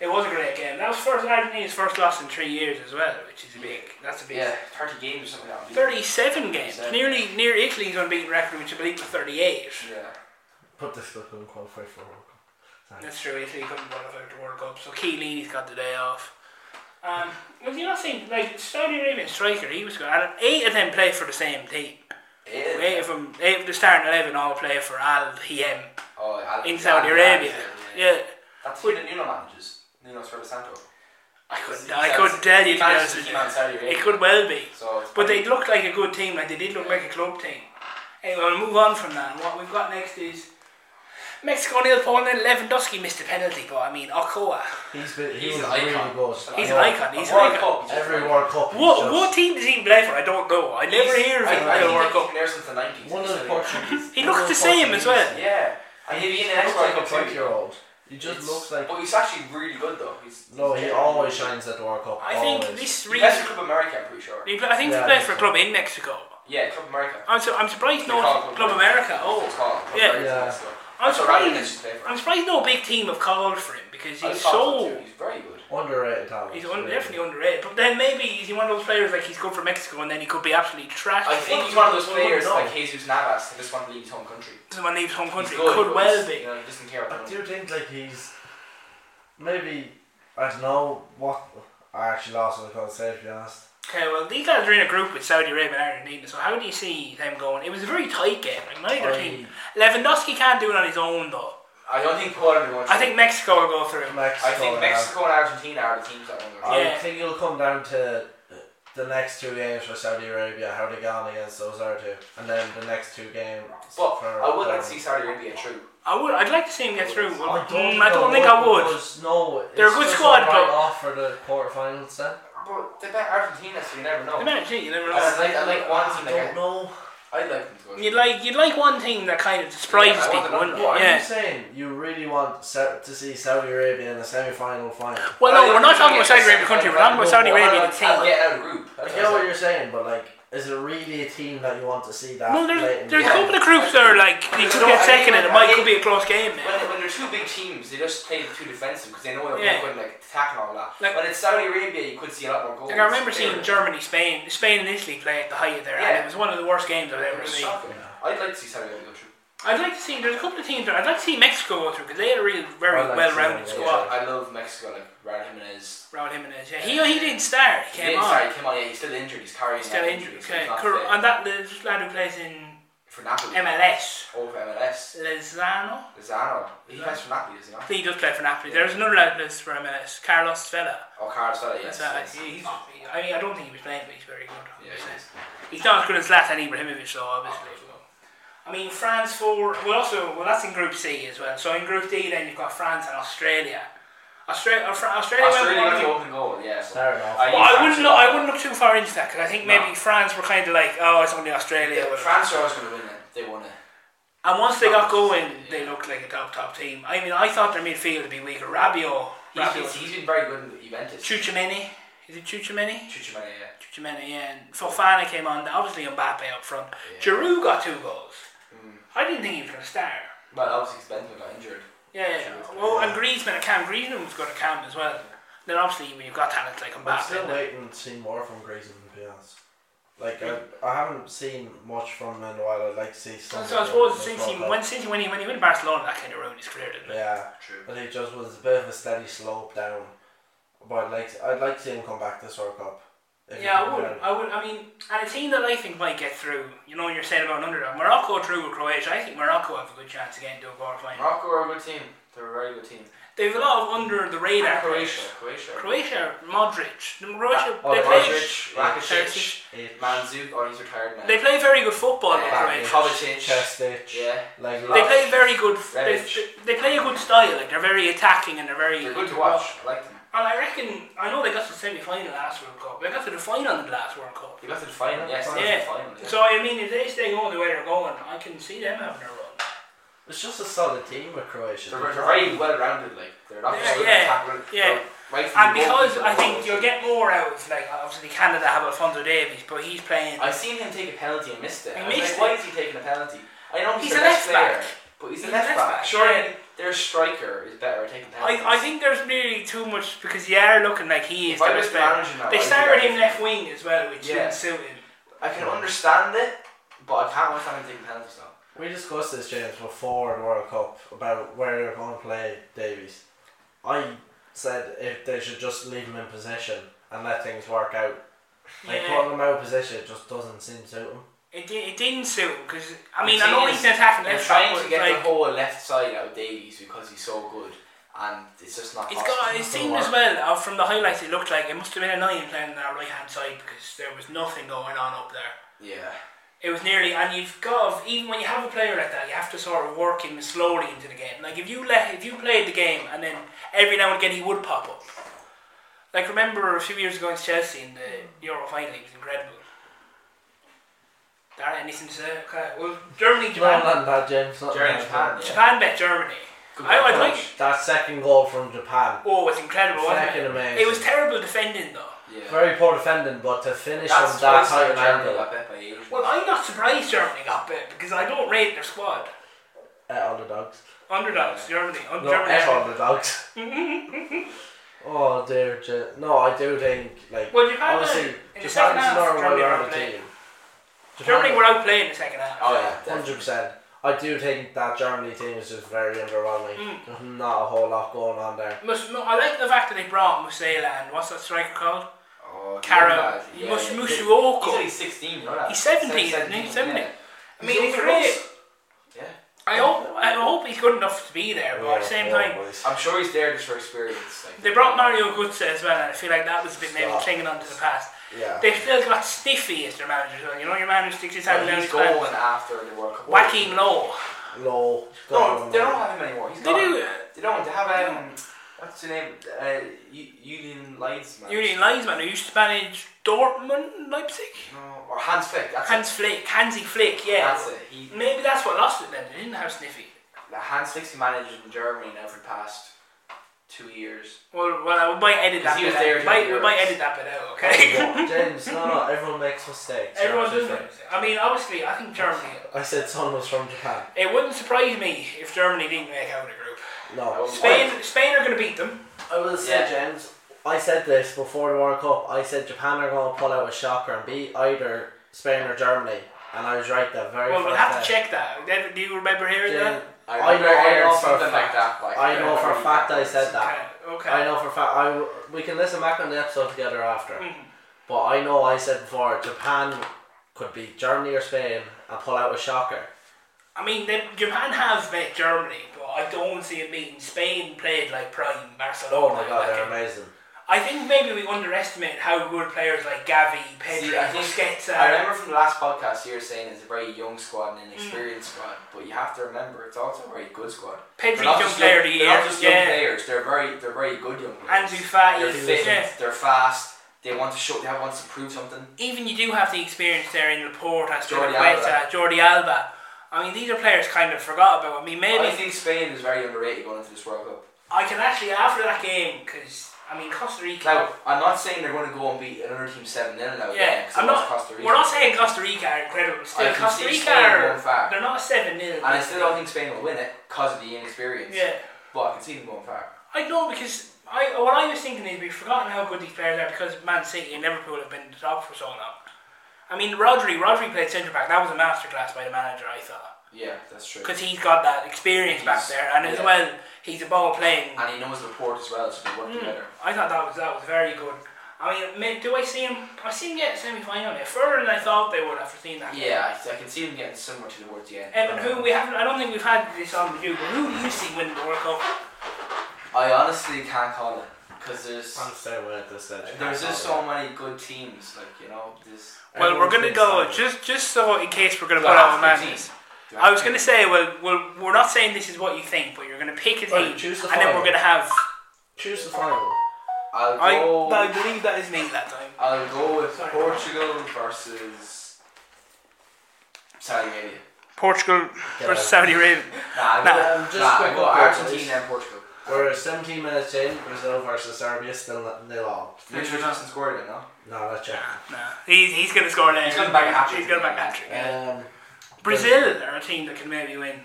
It was a great game. That was first Argentina's first loss in three years as well, which is a big. That's a big.
Yeah, 30 games or something like that.
Thirty-seven games,
37.
nearly near Italy's unbeaten record, which I believe was thirty-eight.
Yeah.
Put this book on qualify for World Cup.
That's true. Italy couldn't qualify for the World Cup, so Keeley's got the day off. Um, well, you not seen like Saudi Arabian striker? He was good. And eight of them play for the same team.
Yeah.
Eight of them, eight of the starting eleven, all play for Al Hiem
Oh, yeah,
in
Al-
Saudi
Al-
Arabia.
Al-
Yeah,
That's who the Nuno manages. Nuno Espirito Santo.
I couldn't. I couldn't tell you.
He
To be
manages
honest
the
with
team
you.
on Saudi Arabia.
It could well be.
So it's
But
pretty-
they looked like a good team, like they did look like a club team. Anyway, we'll move on from that. And what we've got next is Mexico nil Poland. Lewandowski missed a penalty, but I mean Okoa.
He's been, he
He's
was
an
really
icon.
good.
He's
I
an
know.
icon. He's
A
an
World
icon.
Cup, he's just
Every
like-
World Cup. he's
What
just-
what team does he play for? I don't know. I never
He's-
hear of
I-
him
I
in the
think
World
he's
Cup.
been there since the 90s.
One of the
so-
Portuguese.
He looks the same as well.
Yeah. And he'll be in the next World Cup
He's like a
too.
year-old. He just
It's-
looks like.
But he's actually really good though. He's,
No,
he's
he
genuinely
always
good.
shines at the World Cup.
I think
always.
this
He
reason.
plays for Club America, I'm pretty sure.
he play- I think
Yeah,
he
I
plays
think
for a
so.
club in Mexico.
Yeah, Club America.
I'm, su- I'm surprised no
They call it
Club America.
It's
Oh,
called Club
Yeah.
America,
Yeah.
so-
I'm
That's what Ryan
surprised.
used to play for.
I'm surprised no big team have called for him because
I
he's
thought
so.
too. He's very good.
underrated talent.
Oh,
He's un-
really.
definitely underrated, but then maybe he's one of those players like he's good for Mexico and then he could be absolutely trash.
I think he's one of those players like Jesus Navas that just want to leave his home country.
someone leaves home
He's
country
good,
could
but
well
he's-
be.
You know, he doesn't care
I
about them.
do think like he's maybe I don't know what I actually lost what I was going to say to be honest.
Okay, well these guys are in a group with Saudi Arabia and Argentina, so how do you see them going? It was a very tight game. Like neither
I-
team. Lewandowski can't do it on his own though.
I don't think Poland will.
I think Mexico will go through.
Mexico. uh,
I think Mexico and Argentina are the teams that won
I
the
Yeah.
think it'll come down to the next two games for Saudi Arabia, how they gone against those other two, and then the next two games.
But
for
I would like
Ireland.
to see Saudi Arabia through.
I would. I'd like to see him get through. Well,
I don't,
mm, I don't think I would.
because, no,
They're a
it's
good
just
squad,
right
but-
off for the quarterfinals then.
But they bet Argentina, so you never know.
The manager, you never
I
know.
like, I like one team
I
that
don't know.
I'd like them to go.
You'd like you'd like one team that kind of surprises
Yeah, I want
people,
another
wouldn't you?
one.
What are you
Yeah.
saying? You really want Sa- to see Saudi Arabia in the semi-final final?
Well, no,
I
we're not
think
talking about
it's
Saudi
the
Arabia country. We're
semi-final.
talking about Saudi
No, but
Arabia
I'd like- I'd
team.
get out of the group.
I
That's
get
what
what
I'm
you're saying, but like, is it really a team that you want to see that?
Well,
late
there's,
in the
there's a
game?
couple of groups that are like, you could
No,
get
I
second and it
mean,
might
I
could be a close game,
saying. When,
man.
when they're two big teams, they just play the two defensive because they know they're
Yeah.
going to like attack and all that.
Like-
But in Saudi Arabia, you could see a lot more goals.
Like, I remember
They
seeing
were-
Germany, Spain, Spain and Italy play at the height of their, and
Yeah.
it was one of the worst games I've
It
ever
was
seen.
shocking. I'd like to see Saudi Arabia go through.
I'd like to see, there's a couple of teams, that- I'd like to see Mexico go through because they had a really very
I'd like to see
well-rounded
them go
squad.
through.
I love Mexico. Like Raul Jimenez.
Raul Jimenez, yeah. He, he didn't start, he came
He
on.
Sorry, he came on. Yeah, he's still injured. He's carrying
He's still
that
injured,
injury, so
okay.
he's not
Cor-
fit.
And that the lad who plays in
for Napoli.
MLS.
Over MLS.
Lozano?
Lozano. He plays for Napoli, does he not?
He does play for Napoli.
Yeah.
There's another lad that's for MLS, Carlos Vela.
Oh, Carlos Vela, yes.
That's- uh,
yes.
he's, I mean, I don't think he was playing, but he's very good.
Yeah, he is.
He's not as good as Zlatan Ibrahimovic, though, obviously. I mean, France for well, also well, that's in Group C as well. So in Group D, then you've got France and Australia. Australia, Australia, went
Australia got the
1-0.
open goal, yeah. So.
Fair enough.
I-
Well, I wouldn't look. I
France.
wouldn't look too far into that because I think
No.
maybe France were kind of like, oh, it's only Australia.
Yeah, but France are always going to win it. They won it.
And once they got going, they looked like a top top team. I mean, I thought their midfield would be weaker. Rabiot,
He's been,
Rabiot,
he's been very good in Juventus.
Chuchemeni. Is it Chuchemeni?
Chuchumani, yeah.
Chimene and Fofana came on. Obviously Mbappe up front.
Yeah.
Giroud got two goals.
Mm.
I didn't think he was going to start.
Well, obviously, 'cause Benzema got injured.
Yeah, yeah.
Giroud.
Well, and Griezmann and Cam Griezmann was going to Cam as well. Then obviously when you've got talent like
I'm still
Mbappe,
waiting to see more from Griezmann, to be honest. Like, I, I haven't seen much from him in a while. I'd like to see
so,
something.
so I
from
suppose
him
since
as
he
well,
when since he- when he when he went to Barcelona, that kind of ruined his career,
but-
didn't it?
Yeah,
True.
but it just was a bit of a steady slope down. But I'd like, to- I'd like to see him come back this World Cup. if he
Yeah,
can
I would.
do it.
I would. I mean, and a team that I think might get through. You know, you're saying about an underdog. Morocco through with Croatia. I think Morocco have a good chance of getting to a quarterfinal.
Morocco are a good team. They're a very good team.
They've a lot of under the radar.
Croatia. Croatia.
Croatia, Modric, Croatia.
Oh,
they play
Modric, Rakitic,
It-
Mandzukic. Oh, he's retired now.
They play very good football.
Ah, Yeah,
Yeah,
Rakitic.
Kovacic.
chest itch.
Yeah.
Like,
They play very good. They,
Rebic.
they play a good style. Like they're very attacking and they're very.
They're good to watch. I like them.
And I reckon I know they got to the semi final last World Cup. They got to the final in the last World Cup.
They got to the final. Yes, they
Yeah.
got to the final.
So I mean, if they stay going the way they're going, I can see them having a run.
It's just a solid team with Croatia.
They're, they're very well rounded. Like they're not just
Yeah,
good
yeah,
attack, but
yeah.
they're Right from
And
the goal
because
to the
I think
goal.
you'll get more out of like obviously Canada have Alfonso Davies, but he's playing.
I've seen him take a penalty and missed it.
He
I was
missed
like,
it.
why is he taking a penalty? I know he's,
He's
the
a left
best player,
back.
but he's,
He's
a
a
left,
left
back.
back,
Surely
yeah.
their striker is better at taking penalties.
I, I think there's nearly too much because you are looking like he is
if
the
I was
best player.
managing that,
They
I'd do
started
that.
him left wing as well, which
Yeah.
didn't suit him.
I can understand it, but I can't understand him taking penalties now.
We discussed this, James, before the World Cup about where they're going to play Davies. I said if they should just leave him in position and let things work out. Like
Yeah.
putting him out of position just doesn't seem to suit him.
It, di- it didn't suit because
The
I mean I
thing
know
is,
he's an attacking
They're
left back,
trying
but
to get the
like
whole left side out of Davies because he's so good, and it's just not
it's
possible.
got it seemed as well uh, from the highlights it looked like it must have been annoying playing on our right hand side because there was nothing going on up there.
Yeah,
It was nearly, and you've got even when you have a player like that, you have to sort of work him slowly into the game. Like if you let, if you played the game, and then every now and again he would pop up. Like remember a few years ago in Chelsea in the Euro final, he was incredible. Darren, anything to say? Okay. Well, uh, Germany, Japan,
Not on that, James. Not
Jerry
on
in
that,
Japan. Yeah.
Japan bet Germany.
Good
I- I'd
coach.
like-
That second goal from Japan.
Oh, it's incredible, wasn't
Second
it?
amazing.
It was terrible defending though.
Yeah,
very poor defending, but to finish
that's
on that
that's
high
how
an
Germany
angle
got bet by Asian.
Well, I'm not surprised Germany got bet because I don't rate their squad.
at all the dogs.
Underdogs, Germany, un-
uh, No,
Germany.
at all the dogs. <laughs> oh dear, Ja- no, I do think like
<laughs> Well, uh, Japan
Obviously,
in the second
Japan's
half,
not a
Germany
well
were
rounded
outplayed.
team.
Germany were outplayed in the second half.
Oh yeah, definitely.
hundred percent. I do think that Germany team is just very underwhelming.
Mm.
There's not a whole lot going on there.
Mus- Mu- I like the fact that they brought Musela and what's that striker called?
Oh,
Caro.
yeah,
Yeah,
yeah, yeah. He's
Musuoko.
only 16, you know that?
He's 17, isn't he? 17. I mean, he's great.
Yeah.
I hope I hope he's good enough to be there, but at the same
Oh,
time,
boys.
I'm sure he's there just for experience. Like,
they brought Mario Götze as well, and I feel like that was a bit maybe
Stop.
clinging on to the past.
yeah.
They still got Stiffy as their manager, as well. you know, your manager sticks his hand
Well,
down
he's
his
going
pants.
after the World Cup.
Joaquin Low.
Low.
No, they don't have him anymore. He's
They
gone.
do.
They don't. They have um, what's his name? Uh, U- Julian Leitzman.
Julian Liesman, who used to manage Dortmund, Leipzig?
No, or Hans Flick. That's
Hans Flick, Hansi Flick,
it.
yeah.
That's it. He
Maybe that's what lost it then, they didn't have Sniffy.
Hans Flick's been managing in Germany now for the past two years.
Well, well, we might edit
'Cause
that
he
bit
was there
out.
during
We might, we
Euros.
might edit that bit out, okay? <laughs>
James, no, no, everyone makes mistakes.
Everyone
You're
does
absolutely
it. I mean, obviously, I think Germany.
right. I said Son was from Japan.
It wouldn't surprise me if Germany didn't make out of the group.
No.
Spain, Spain are going to beat them.
I will say, James, I said this before the World Cup. I said Japan are going to pull out a shocker and beat either Spain or Germany, and I was right the very
Well, we'll
first
have to
day.
check that. David, Do you remember hearing
Jane,
that?
I,
I
remember
know- I
hearing
know for a
something like
fact-
that. Like,
I know for a fact I said that.
Okay. okay.
I know for a fact. I w- we can listen back on the episode together after.
Mhm.
But I know I said before Japan could beat Germany or Spain, and pull out a shocker.
I mean, they, Japan have met Germany, but I don't see it meeting. Spain played like prime Barcelona.
Oh my god,
like,
they're amazing.
I think maybe we underestimate how good players like Gavi, Pedri,
See, I think-
Busquets
I
are.
remember from the last podcast you were saying it's a very young squad
Mm.
and an experienced squad, but you have to remember it's also a very good squad.
Pedri's
They're not
young
just
player of the
they're
year.
not just young
Yeah.
players. They're very, they're very good young players.
Ansu
they're
Fati.
fit.
Yeah.
They're fast. They want to show. They want to prove something.
Even you do have the experience there in Laporte,
Jordi
Aspilicueta, Jordi Alba. I mean, these are players kind of forgot about. I mean, maybe
I think Spain is very underrated going into this World Cup.
I can actually after that game because I mean Costa Rica.
Now, I'm not saying they're going to go and beat another team 7 0 now.
Yeah,
because
I'm not-
Costa Rica.
We're not saying Costa Rica are incredible. Still,
I can
Costa
see
Rica
Spain
are,
going far.
they're not seven 0
And I still don't think Spain will win it because of the inexperience.
Yeah,
But I can see them going far.
I know because I what I was thinking is we've forgotten how good these players are because Man City and Liverpool have been at the top for so long. I mean, Rodri, Rodri played centre back. That was a masterclass by the manager, I thought,
Yeah, that's true.
because he's got that experience back
He's-
there, and as
yeah.
well, he's a ball playing.
And he knows the port as well, so they
Hmm.
work together.
I thought that was that was very good. I mean, ma- do I see him? I see him get semi final there, further than I thought they would after seeing that. Eh. game.
Yeah, I, I can see them getting somewhere to towards the end.
Evan, who we haven't, I don't think we've had this on the do, but who do you see winning the World Cup?
I honestly can't call it because there's
I'm staying away at this stage.
there's just so many good teams. Like you know, this.
Well, we're
Everyone
gonna
thinks
go
that.
just just so in case we're gonna
Do
put
I
out a
have to
madness.
team? Do
I was
have
gonna
to-
say, well, well, we're not saying this is what you think, but you're gonna pick a team,
Oh,
Well,
and
choose the
then we're
final.
gonna have.
Choose the final.
I'll
I,
go.
I believe that is me that time.
I'll go with
Sorry.
Portugal versus Saudi Arabia.
Portugal
Get
versus
out.
Saudi Arabia. Nah,
Nah, nah,
um,
just
just
nah,
quick
I go
update,
Argentina
please.
and Portugal.
We're 17 minutes in. Brazil versus Serbia still nil all.
Richard Johnson scored it, no?
No, not yet.
Nah, he's, he's gonna score there.
He's gonna back a hat-trick.
He's gonna back a hat-trick, yeah.
Um,
Brazil are a team that can maybe win.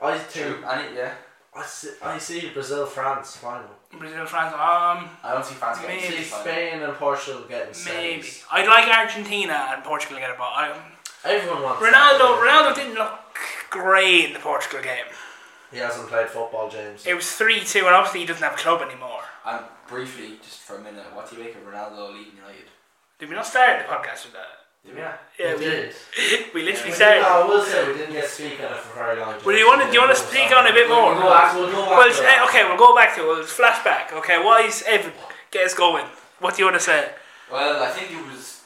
I think
And it, yeah,
I see, I see Brazil France final.
Brazil, France, um,
I don't see France getting
I
Maybe.
see
six.
Spain and Portugal getting
maybe.
semis.
I'd like Argentina and Portugal to get a ball. I,
Everyone wants
Ronaldo,
that.
Ronaldo didn't look great in the Portugal game.
He hasn't played football, James.
It was 3 2, and obviously he doesn't have a club anymore.
And briefly, just for a minute, what do you make of Ronaldo leading United?
Did we not start the podcast with that?
Yeah.
Yeah,
we did.
<laughs> we, we literally
Yeah.
started.
No, I will say we didn't get to speak on it for very long.
Well, you wanna- do you wanna speak on it a bit more?
We'll go back, we'll go back
Well,
to
eh,
that.
okay, we'll go back to it. Well, it's flashback. Okay, what is Evan? Get us going. What do you want to say?
Well, I think it was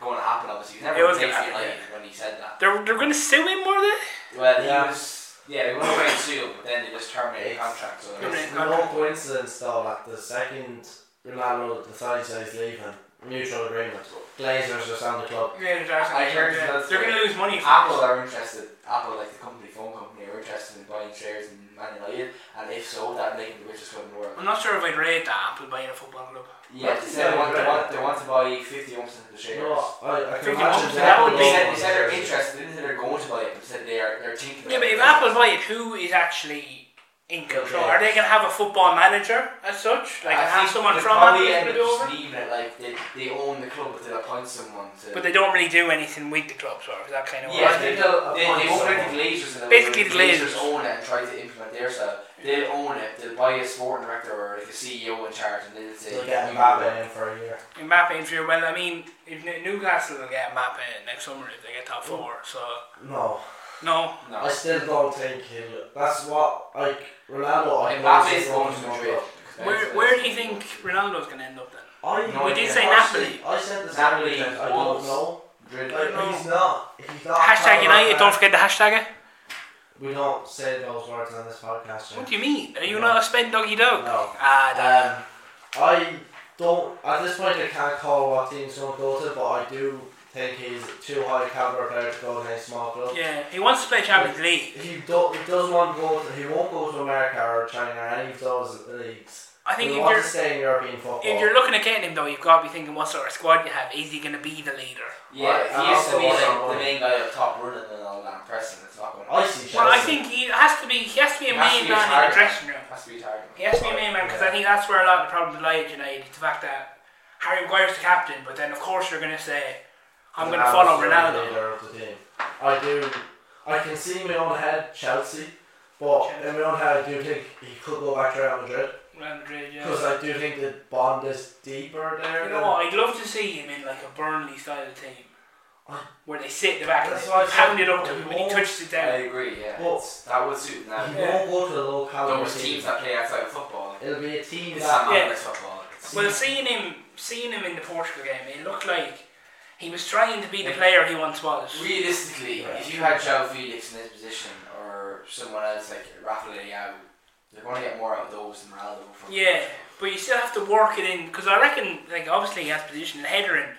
going to happen, obviously. He never
It was
played
gonna
for
happen,
United when he said that.
They're, they're going to sue him, were they?
Well,
Yeah.
he was. Yeah, they went away and sued, but then they just terminated the contract. So
Terminated.
it's-
It's no coincidence though that the second Ronaldo decides that he's leaving, mutual agreement. Glazers just on the club.
I heard that-
They're going to lose money.
Apple are interested. Apple, like the company, phone company, are interested in buying shares in Man United, and if so, that make them the richest club in the world.
I'm not sure if I'd rate that Apple buying a football club.
Yeah, they said they want, they want, they want to buy 50 percent of the shares.
No, I, I
50
can imagine
bucks, that would
They
be-
said, they said they're interested, they didn't say they're going to buy it, they said they are, they're thinking
Yeah,
about
but
it.
if Apple buy it, who is actually in control? Are they going to have a football manager as such? Like,
I
have
think
someone
they
from Apple
probably
to
end
do
up
it over?
just leaving it, like, they, they own the club, but they'll appoint someone to...
But they don't really do anything with the club, sort of. Is that kind of what
yeah,
I
I
they,
think
they,
they'll
they
appoint
own it to
someone.
Glazers and
Basically the Glazers.
own it and try to implement their style. They'll own it, they'll buy a sporting director or like a CEO in charge and they'll say...
They'll get
"You do it."
Mbappe in for a year.
Mbappe in for well, I mean, if N- Newcastle will get Mbappe next summer if they get
Mm.
top four, so
No,
no.
No.
I still don't think he'll. That's what like Ronaldo. I
Mbappe
know
is
he's
going to Madrid.
Where where do you think Ronaldo's gonna end up then?
I
No,
we did
yeah.
say Napoli.
I said the same
Napoli,
thing. I
Wolves.
don't know.
Madrid.
Like
No.
he's not. He's not. part
Hashtag
of
United.
our
Don't
plan.
forget the hashtag. It.
We don't say those words on this podcast. Jim.
What do you mean? Are you not a spend doggy dog?
No.
Ah, that.
Um, I don't. At this point, I can't call what team's going to go to, but I do think he's too high caliber player to go against small club.
yeah, he wants to play Champions League.
He, do, he does want to go. To, he won't go to America or China or any of those leagues.
I think
he
if
wants
you're
to stay in European football.
if you're looking at getting him though, you've got to be thinking what sort of squad you have. Is he gonna be the leader?
Yeah, if
And
he is to
also
be
what's
like
our
the
role?
main guy up top running and all that and pressing, it's not going to
I see. Chelsea.
Well, I think he has to be. He has to be a
He has to
main man
be a
in the
target.
dressing room.
That's to be tired.
He has to be a main man because I think that's where a lot of the problems lie at United. It's the fact that Harry Maguire's the captain, but then of course you're going to say, I'm going to
Ronaldo's
follow
the
Ronaldo.
leader of the team. I do. I can see in my own head Chelsea, but in my own head I do think he could go back to Real Madrid
Real Madrid, yeah.
because I do think the bond is deeper there.
You know
than-
what? I'd love to see him in like a Burnley style team. where they sit in the back
That's
and
what
they
I
pound
said.
it up to him and he
Won't-
touches it
I
down.
agree, yeah.
Well-
it's- that would suit them.
You won't go to the low caliber
Those teams
team.
that play outside of football.
It'll be a team
It's
that
not
Yeah.
English football. It's,
Well, seeing him, seeing him in the Portugal game, it looked like he was trying to be the player he once was.
realistically,
Yeah.
if you had Joe Felix in his position or someone else like Rafa Leao, you're going to get more out of those than Ronaldo. From
Yeah, but you still have to work it in because I reckon, like obviously he has position and header and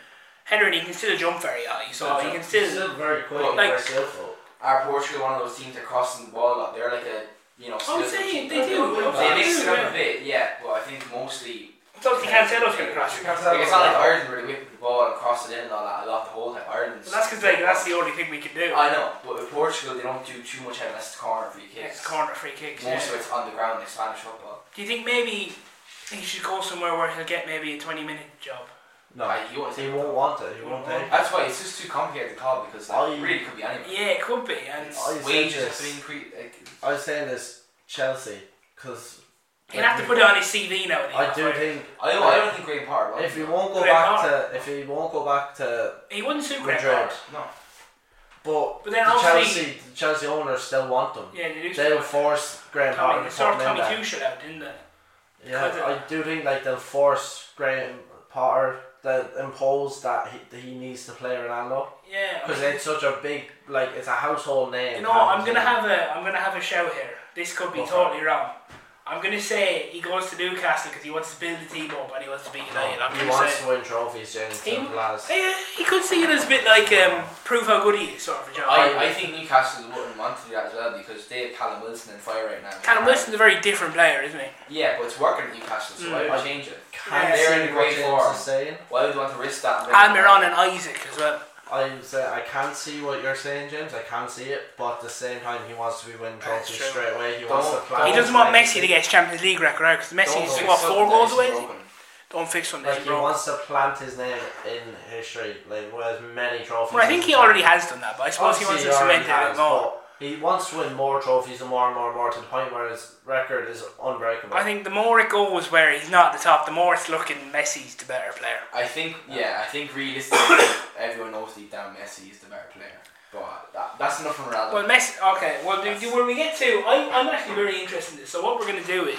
header and he can still jump very high, so
Still
he can
jump.
He's
still.
still very quick
Well,
and very
like-
skillful.
Are Portugal one of those teams that crossing the ball a lot? They're like a you know.
I'm
skillful
saying
team.
they do.
They
They mix
do,
it up a
yeah.
bit, yeah. But I think mostly
It's obviously Cancelo's gonna crash. it.
Cancelo's
Like, it's not like Ireland really whipped the ball and crossed it in and all that a lot the whole time. Ireland's.
But that's because like that's the only thing we can do.
I know, but with Portugal they don't do too much of it unless it's corner free kicks.
It's corner free kicks.
Most
Yeah.
of it's on the ground like Spanish football.
Do you think maybe he should go somewhere where he'll get maybe a twenty minute job?
No,
Like, you won't
he
take
won't want it. He
Won't
won't
want
take it.
That's why it's just too complicated to call because like,
I-
it really could be anyone.
Yeah, it could be. And
I said
Wages have
this.
to increase. Like,
I was saying this Chelsea because
he'll have to put it on his CV nowadays.
I do think
I, don't, I don't think Graham Potter. will.
if he won't go
Graham
back
Potter.
to if he won't go back to
he wouldn't suit Graham
Madrid,
Potter.
no.
but,
But then
the
obviously-
Chelsea the Chelsea owners still want them.
Yeah, they do.
They'll
suit
force Graham
Tommy,
Potter
they
to
sort
put
of
him in
Tommy
there.
Tuchel out, didn't they? Cut
Yeah,
it.
I do think like they'll force Graham Potter. They'll impose that he, that he needs to play Ronaldo
Yeah. I
because
mean-
it's such a big like it's a household name.
You know, I'm
Potter.
gonna have a I'm gonna have a shout here. This could be
Go for it.
totally wrong. I'm gonna say he goes to Newcastle because he wants to build the team up and he wants to be United. I'm
Oh, he
gonna
wants
say
to win trophies, James.
He-
simple as.
yeah, he could see it as a bit like um, prove how good he is, sort of a job.
I, I think Newcastle wouldn't want to do that as well because they have Callum Wilson in fire right now.
Callum Wilson's a very different player, isn't he?
Yeah, but it's working at Newcastle, so why would you change it?
Can't
They're
see
in
what
great
James
form.
is saying.
Why would you want to risk that? and bring him
Almiron
back?
and Isaac as well.
I'm saying I can't see what you're saying, James. I can't see it, but at the same time, he wants to be winning
That's
trophies
true.
straight away. He wants to
Don't-
play.
He doesn't want Messi to get his Champions League record out because Messi
Don't
is
fix
what
Something
four goals
that's
away. Is he?
broken.
Don't fix something.
Like
he's
he
broke.
wants to plant his name in history, like with as many trophies.
Well, I
as
think
he
he
can.
already has done that, but I suppose he wants
Obviously,
to
already
cement it a bit
has,
more.
but He wants to win more trophies and more and more and more to the point where his record is unbreakable.
I think the more it goes where he's not at the top, the more it's looking Messi's the better player.
I think, yeah, I think realistically, <coughs> everyone knows deep down Messi is the better player. But that, that's enough from Ronaldo.
Well, Messi. Okay. Well, do, do, when we get to, I, I'm actually very interested in this. So what we're going to do is,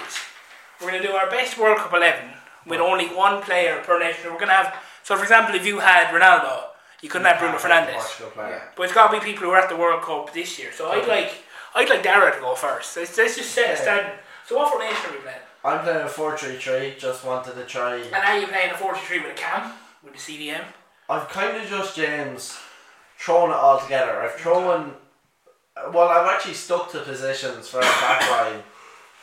we're going to do our best World Cup eleven with only one player per nation. We're going to have. So, for example, if you had Ronaldo, you couldn't have Bruno Fernandes.
Portugal player.
yeah.
But it's got to be people who are at the World Cup this year. So I'd like, I'd like Dara to go first. Let's, let's just set a
Yeah.
standard. So what formation are we playing?
I'm playing a 4 3 3, just wanted to try.
And are you playing a 43 with a cam with a CDM?
I've kind of just, James, thrown it all together. I've thrown. Well, I've actually stuck to positions for a back line.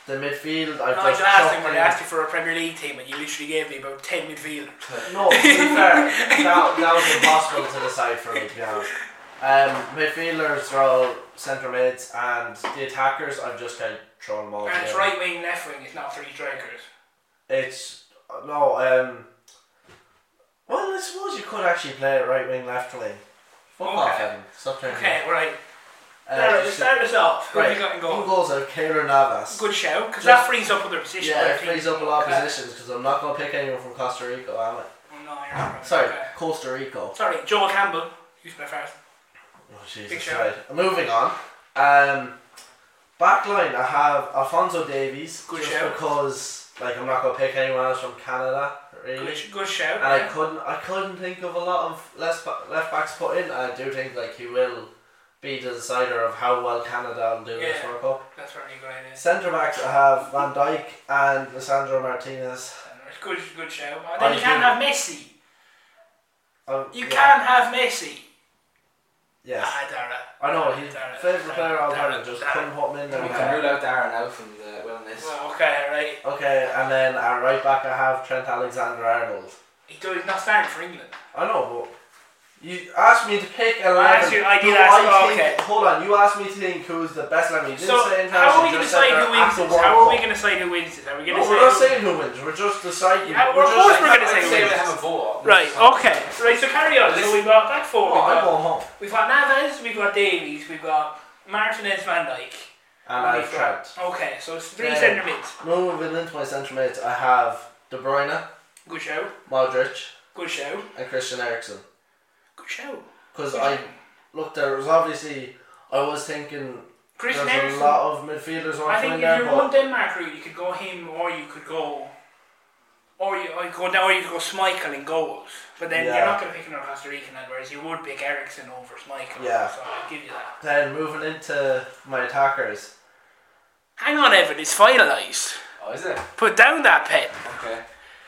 The midfield, I've
No, like
just.
the last
chucked
time when
in-
they asked you for a Premier League team and you literally gave me about 10 midfielders.
No, to be fair, that, that was impossible to decide for me, to be honest. Um, midfielders are all centre mids, and the attackers, I've just kind of thrown them all
And it's
together.
right wing, left wing, it's not three strikers.
It's no. Um, well, I suppose you could actually play it right wing, left wing. Fuck off,
Okay.
Evan. Stop doing
Okay, right.
that. Uh,
Darren,
just-
start us off. Who have
right.
you got in
Who
goal?
goes out? Keylor Navas.
Good shout, because
Just-
that frees up other positions.
Yeah,
I
it
think.
frees up a lot of
Okay.
positions because I'm not going to pick anyone from Costa Rica, am I?
Oh, no, you're not right.
Sorry,
Okay.
Costa Rica. Oh,
Sorry, Joel Campbell. Who's my first? Big
Jesus
shout.
Christ. Moving on. Um, back line, I have Alfonso Davies.
Good
just
shout.
because like I'm not going to pick anyone else from Canada, really.
Good, good shout.
And I
yeah.
couldn't, I couldn't think of a lot of left ba- left backs put in. And I do think like he will be the decider of how well Canada will do in this
Yeah.
World Cup.
That's probably a good idea.
Centre backs, I have Van Dijk and Lissandro Martinez.
Good, good shout. But then
I
you can't have
do-
Messi.
Um,
You
yeah.
can't have Messi.
Yes,
Ah, Dara.
I know he's
Dara,
favourite player all time.
Dara,
Just
Dara.
couldn't put him in
we can
there.
rule out Darren uh, out from the wellness.
Well, okay, right.
Okay, and then at right back, I have Trent Alexander-Arnold.
He does, he's not starting for England.
I know, but you asked me to pick eleven.
asked you- I did
who
ask- oh,
think,
okay.
Hold on, you asked me to think who's the best eleven. You didn't
So,
say
how are we
international,
going to
you just said
decide
they're
who wins
at the
this?
World
How are we
Cup.
going to decide who wins this? Are we going
No,
to
we're not
say?
saying who wins. We're just deciding.
Yeah,
we're
of
just
course we're
like-
gonna
I'd
say
say we
wins.
have a vote.
Right, okay. Right, so carry on. So
Listen-
we've got back four.
Oh,
we've
I'm
got-
going home.
We've got Navas, we've got Davies, we've got Martinez, Van Dyke.
And
we've
I've
got-
tried.
Okay, so it's three
Yeah.
centre mids.
Moving into my centre mids, I have De Bruyne,
Good show.
Modric,
Good show.
and Christian Eriksen.
Good show.
because I look there was obviously I was thinking
Christian
there's a
Eriksen.
lot of midfielders want
I
to
think
in
if
there,
you're
but
going Denmark route, you could go him, or you could go, or you or you go down, or you could go Schmeichel in goals. But then
Yeah.
you're not going to pick another Costa Rican, lad, whereas you would pick Ericsson over Schmeichel.
Yeah.
So I'll give you that.
then moving into my attackers,
Hang on, Evan. It's finalised.
Oh, is it?
Put down that pen.
Okay.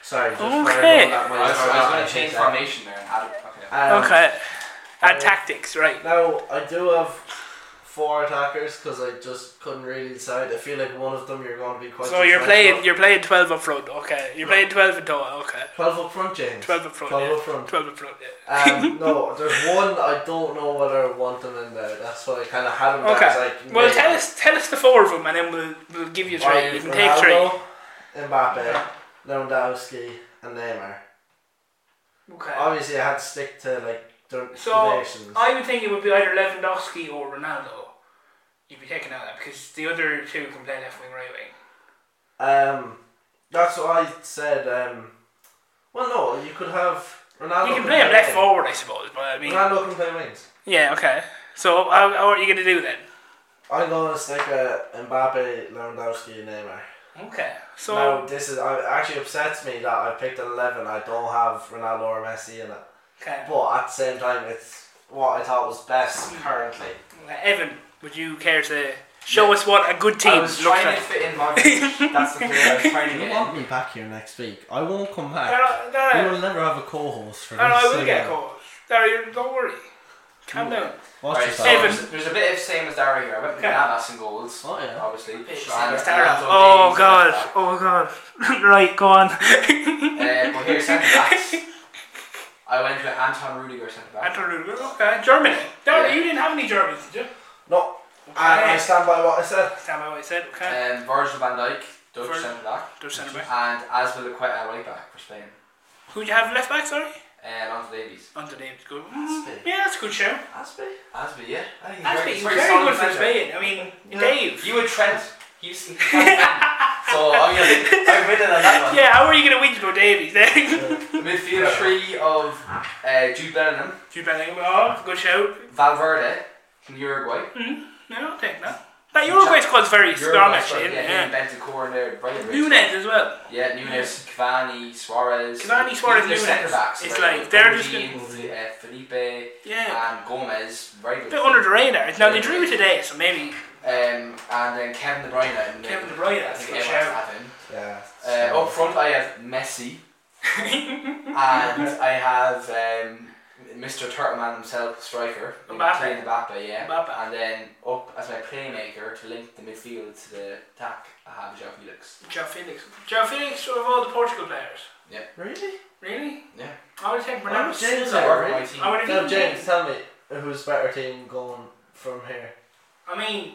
sorry, just
Okay.
I
that
was, I was going to change formation there. And add it. Okay.
okay. And
um,
tactics, right?
Now I do have four attackers because I just couldn't really decide. I feel like one of them you're going to be quite.
So you're
decisive
playing
on.
you're playing twelve up front. Okay. You're playing twelve in total. Okay.
twelve up front, James.
Twelve up front.
Twelve
yeah.
up front.
Twelve up front. Yeah.
Um, no, there's one I don't know whether I want them in there. That's what I kind of had them.
Okay.
Like,
well,
maybe.
tell us tell us the four of them, and then we'll we'll give you three.
Right,
you can take
Ronaldo,
three.
Mbappe, Lewandowski, and Neymar.
Okay.
Obviously, I had to stick to like the
So
nations.
I would think it would be either Lewandowski or Ronaldo. You'd be taking out that because the other two can play left wing, right wing.
um, that's what I said. Um, well, no, you could have Ronaldo.
You can play him
wing.
left forward, I suppose. But I mean,
Ronaldo can play wings.
yeah, okay. So how, how are you going to do then?
I'm gonna stick a Mbappe, Lewandowski, and Neymar.
Okay. So
now this is I, it actually upsets me that I picked an eleven. I don't have Ronaldo or Messi in it,
okay.
but at the same time, it's what I thought was best currently.
Okay, Evan, would you care to show us what a good team
I
looks
was trying
like?
to
<laughs>
fit in my. That's the thing I was trying to get. in.
me back here next week? I won't come
No, no, no, no,
never have a co-host for
no, I will get caught. No, you don't worry. Calm down.
Right, so
Evan.
there's, there's a bit of same as Dara here. I went with
Okay.
Navas and goals,
Oh, yeah.
obviously.
It's
Sharner,
Sarah.
Alonso,
Oh
Davies,
god.
left back.
Oh god. <laughs> right, go on.
Uh, but here, centre
<laughs>
backs. I went with Anton Rudiger centre back.
Anton Rudiger. Okay, Germany. Dara,
Yeah.
you didn't have any Germans, did you?
No, I, I stand by what I said.
Stand by what I said. Okay.
Um, Virgil van Dijk, Dutch
Virgil.
centre back,
They're centre back.
and Azpilicueta right back for Spain.
Who'd you have left back? Sorry.
Uh, Alonso Davies.
Under Davis. Good.
Spain.
Mm, yeah, that's a good show.
Aspie.
Asby, yeah. I think he's
Actually,
he's
he was very
solid
good for Spain.
defender.
I mean,
Yeah.
Dave.
You were Trent. He <laughs> was so I'm gonna I'm winning on that one.
yeah, how are you going to win about <laughs> Davies then?
Midfield three of uh, Jude Bellingham,
Jude Bellingham. Oh, good show.
Valverde from Uruguay.
No, I'll take that. That Uruguay squad's very strong,
Uruguay,
actually, isn't it?
yeah, him,
Yeah.
Bentancur in there, right away.
Nunez as well.
Yeah, Nunes, Cavani, Suarez.
Cavani, Suarez,
These are
Nunes.
centre backs.
It's
right?
like, they're just
Godin, uh, Felipe
Yeah.
and Gomez, right?
A
with
bit
them.
under the radar. Now, they
Yeah.
drew today, so maybe
Um, and then Kevin De Bruyne. And uh,
Kevin De Bruyne,
I
that's a
think
good
everyone
shout.
has to have him.
Yeah.
Uh,
oh,
up front, I have
<laughs>
Messi, and I have um, Mr. Turtleman himself, striker.
Mbappe.
Playing Mbappe, yeah.
Mbappe.
And then up as my playmaker to link the midfield to the attack, I have João Felix.
Joe Felix. Joe Felix of all the Portugal players.
really?
Really?
Yeah.
I would take
Why
Bernardo
would James
Silva.
I work
there,
with my
right?
team.
I would
No,
have
James, tell me who's better team going from here.
I mean,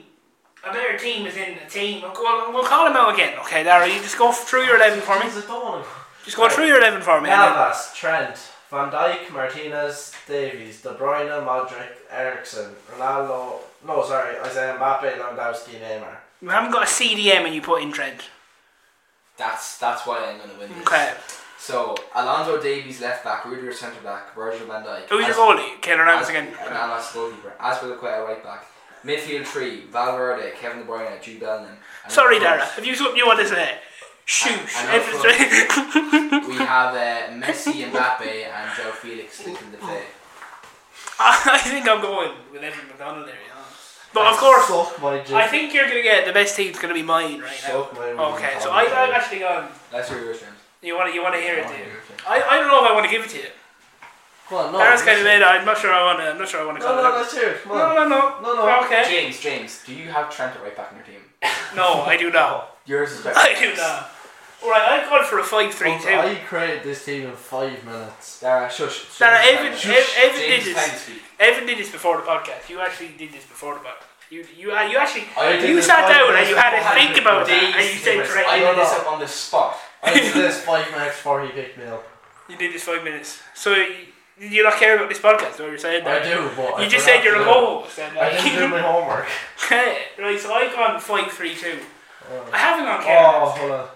a better team is in a team. We'll call, we'll call him out again. Okay, Dara, you just go through your 11 for me.
James, I don't want to.
Just go through your 11 for me. and then-
Navas, Trent, Van Dijk, Martinez, Davies, De Bruyne, Modric, Eriksson, Ronaldo. No, sorry, I said Mbappe, Lewandowski, Neymar.
You haven't got a CDM and you put in Trent.
That's that's why I'm going to win this.
Okay.
So Alonso Davies left back, Rudiger centre back, Virgil van Dijk.
Who's your
As-
goalie? Keylor Navas
as-
again.
And Alas goalkeeper. Azpilicueta right back. Midfield three: Valverde, Kevin De Bruyne, Jude Bellingham. And
Sorry,
up front,
Dara. Have you something you want to say? Shoot.
I- I know,
Everything.
We have uh, Messi, Mbappe, and Joe Felix linking the play.
<laughs> I think I'm going with Evan McDonald there, you know. But of course,
Suck my James.
I think you're going to get the best team's going to be mine right now.
Suck my
Okay, so I, I've actually gone.
Let's hear yours, James.
You want to you want to hear it,
I wanna
dude?
hear it.
I, I don't know if I want to give it to you.
Well,
Oh.
no.
Darren's kind of
listen.
made. I'm not sure I want to. I'm not sure I want to.
No, no, let's hear it. Come on.
no, no, no,
No, no.
Okay.
James, James, do you have Trent at right back in your team?
No, I do not.
Yours is
<laughs>
better.
I do not. All right, I called for a five-three-two.
I created this team in five minutes.
Dara, shush. James,
Dara,
time
Evan-
to-
Ev- Evan
James,
did
time
this.
to speak.
Evan did this before the podcast. You actually did this before the podcast. You you uh, you actually
I did
you
this
sat
five
down and
minutes
you had
before.
to think about that
Days
and you said
difference. I
correct.
No,
did this
no.
up on the spot.
I did this five minutes before he picked me up.
You did this five minutes. So you, you not care about this podcast? Is what you're saying?
I
Darren?
do, but I
You just
forgot
said you're
to
a
do it.
co-host. and,
I didn't
<laughs>
do
uh,
my homework.
Okay, right. So I gone five-three-two. I
Oh,
haven't gone Keylor.
Oh,
Navas.
hold on.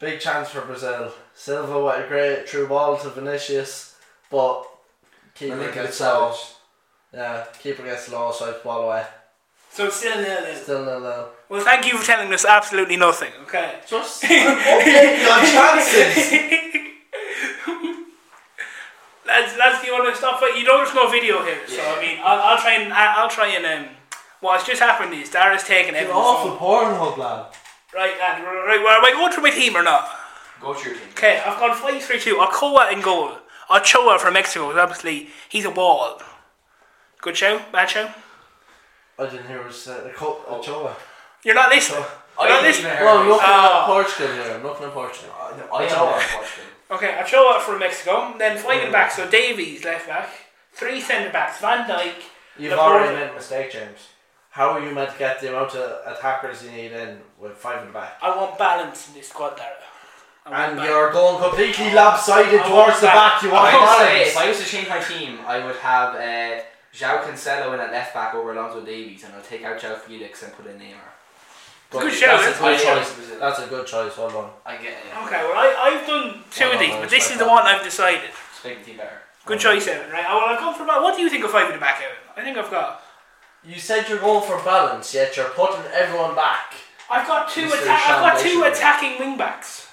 Big chance for Brazil. Silva with a great true ball to Vinicius, but keeping
Remember
it
that
itself. Yeah, keeper gets low, so I follow it.
So it's still nil nil.
Still nil nil.
Well, thank you for telling us absolutely nothing. Okay. <laughs>
Just okay, your chances.
That's that's the other stuff. But you know, there's no video here, so
Yeah.
I mean, I'll, I'll try and I- I'll try and um. What's just happened is Dara's taking
You're
Evan's
awful
phone.
Pornhub lad.
Right, lad, right, right. Well, am I going through my team or not?
Go to your team.
Okay, I've got five, three, two. Ochoa in goal. Ochoa from Mexico. 'cause Obviously, he's a wall. Good show, bad show.
I didn't hear what you said. A co- a choa.
You're not listening.
I
You're not
didn't
listening.
even hear
Well, I'm
it. Uh,
looking
Ah.
at Portugal here. I'm looking at Portugal.
I know. I
Ochoa.
Okay, Ochoa from Mexico. Then five in back, so Davies left back. Three centre backs, Van Dyke.
You've
The
already
Port-
made a mistake, James. How are you meant to get the amount of attackers you need in with five in the back?
I want balance in this squad, Dara. I want
And
balance.
you're going completely lopsided
I
towards
want
the back. You want
I would say, if
balance.
I was to change my team, I would have uh, João Cancelo in at left back over Alonso Davies, and I'll take out João Felix and put in Neymar.
Good
But
shout,
That's a
eh?
good choice. That's a good choice. Hold on.
I get it.
Okay, well, I, I've done two
Well,
of
Oh, no,
these,
no,
but
it's
this
like
is the
that.
one I've decided.
Just make the team better.
Good
Mm.
choice, Evan, right? I, well, I'll go for about. What do you think of five in the back, Evan? I think I've got.
You said you're going for balance, yet you're putting everyone back.
I've got two,
Mr.
atta- I've got two
Shambashi.
attacking wing backs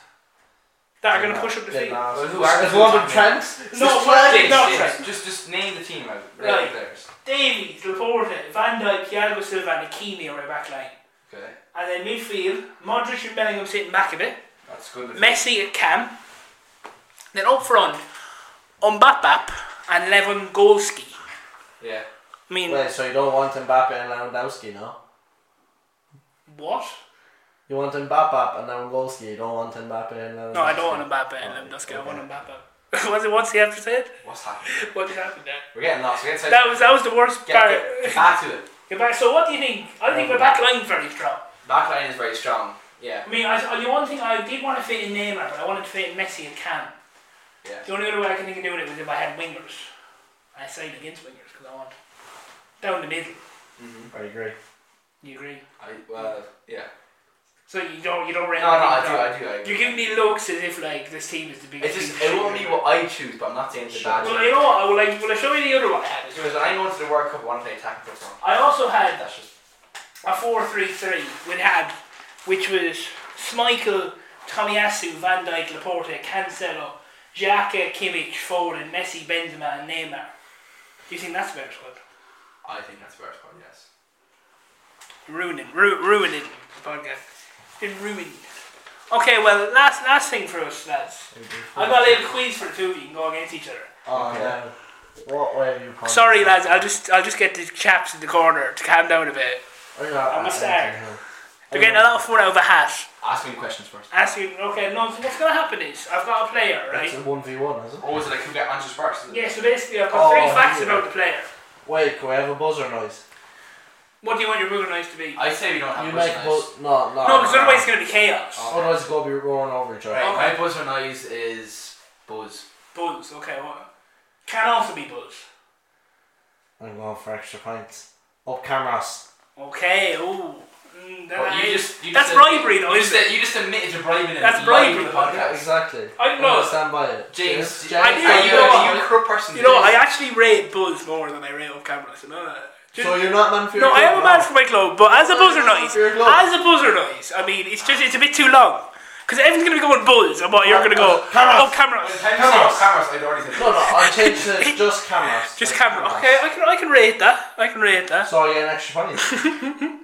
that are going to
Yeah,
push up the
yeah,
field.
nah.
Well, who
Is
are
this
the
one
two
with Trent?
attacking
Is
No,
this
one
Trent?
did not.
Just, just, just name the team out. Right.
Right.
Players.
Davies, Laporte, Van Dijk, Thiago Silva, and Hakimi are right back line.
Okay.
And then midfield, Modric and Bellingham sitting back a bit.
That's good.
Messi at Cam. Then up front, Mbappé and Lewandowski.
Yeah.
I mean,
Wait, so you don't want Mbappe and Lewandowski, no?
what?
You want Mbappe and Lewandowski. You don't want Mbappe and Lewandowski.
No, I don't want Mbappe and Lewandowski. I want Mbappe. <laughs> What's it? What's he after said?
What's happening?
What just happened there?
We're getting lost. We're getting
That was that was the worst
get,
part.
get, get back to it.
Get back. So what do you think? I think my back line's very strong.
Back line is very strong. Yeah.
I mean, I, I- the one thing I did want to fit in Neymar, but I wanted to fit in Messi and Cam.
Yeah.
The only other way I can think of doing it was if I had wingers. I side against wingers because I want down the middle.
Mm-hmm.
I agree.
You agree?
I well yeah.
So you don't you don't
No,
rate
no, I do, I do, I do.
You're giving me looks as if like this team is the
It's
biggest.
just
team
it won't be what I choose, but I'm not saying it's a bad.
Well,
choice.
you know what? I will like. Will I show you the other one I had? as well?
Because when I go into the World Cup, I want to play attacking football.
I also had
That's just
a four-three-three. We had, which was Schmeichel, Tomiyasu, Van Dijk, Laporte, Cancelo, Xhaka, Kimmich, Foden, Messi, Benzema, and Neymar. Do you think that's better squad?
I think that's where it's going. Yes.
Ruining, ru- ruining the podcast. It's ruined. Okay, well, last last thing for us, lads. I've got a little quiz for the two of you. You can go against each other.
Oh,
Okay.
yeah. What way are you playing?
Sorry, lads. I'll just I'll just get the chaps in the corner to calm down a bit.
I'm not
I'm a
asking
star.
anything.
They're getting a lot of fun out of a hat.
Ask me questions first.
Ask you, okay, no. So what's gonna happen is I've got a player, right?
It's a 1v1, is it?
Or Oh, is it like who get answers first? Is it?
Yeah. So basically, I've got three
Oh,
facts
yeah.
about the player.
Wait, can we have a buzzer noise?
What do you want your booger noise to be?
I say we don't have
You
buzzer
make
knives.
buzz. No, no.
no, because otherwise it's gonna be chaos.
Oh.
Otherwise, it's going to be roaring over each other.
Right,
Okay.
My buzzer noise is buzz.
Buzz. Okay. What? Can also be buzz.
I'm going for extra points. Up cameras.
Okay. Ooh. Mm, that-
But you just, you
that's
just
bribery, though,
You just,
isn't
you just admitted to bribing it.
That's
and lying
bribery, though.
on the podcast.
exactly.
I don't know.
I'm gonna stand by it.
James,
James.
I do,
are
you
you,
know
are you
what?
a corrupt person?
you know, I
James?
actually rate buzz more than I rate off camera. So no.
So you're not man for your
No, I
club,
am a man for my club, but as a
No, no,
buzzer
no,
noise,
for your club.
as a buzzer noise, I mean, it's just it's a bit too long. Because everyone's gonna be going buzz, and what you're gonna go
Cameras.
oh cameras,
By the time you
Cameras.
said off cameras, I'd already said
No, no, I'll change to
<laughs>
just cameras.
just
Like
camera. Okay, I can I can rate that. I can rate that.
So I get an extra
<laughs>
point.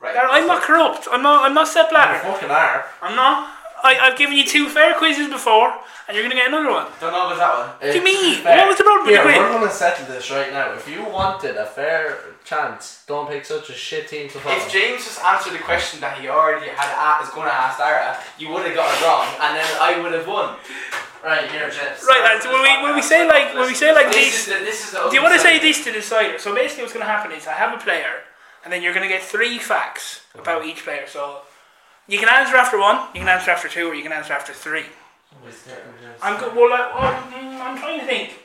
Right.
I'm not corrupt. I'm not. I'm not Sepp
You
Blatter.
fucking are.
I'm not. I, I've given you two fair quizzes before, and you're gonna get another one.
Don't know about that one.
What do you mean?
Fair.
What was the problem with
Here,
the
we're
quiz?
gonna settle this right now. If you wanted a fair chance, don't pick such a shit team to follow.
If James just answered the question that he already had a was going to ask Dara, you would have got it wrong, and then I would have won.
right here, James.
Right, lads. When we when we say like when we say like
This
this,
is the, this is the
do you want to say
ultimate-
this to the decider? So basically, what's gonna happen is I have a player, and then you're gonna get three facts about each player. So you can answer after one, you can answer after two, or you can answer after three. I'm go- well, like, well, mm, I'm trying to think.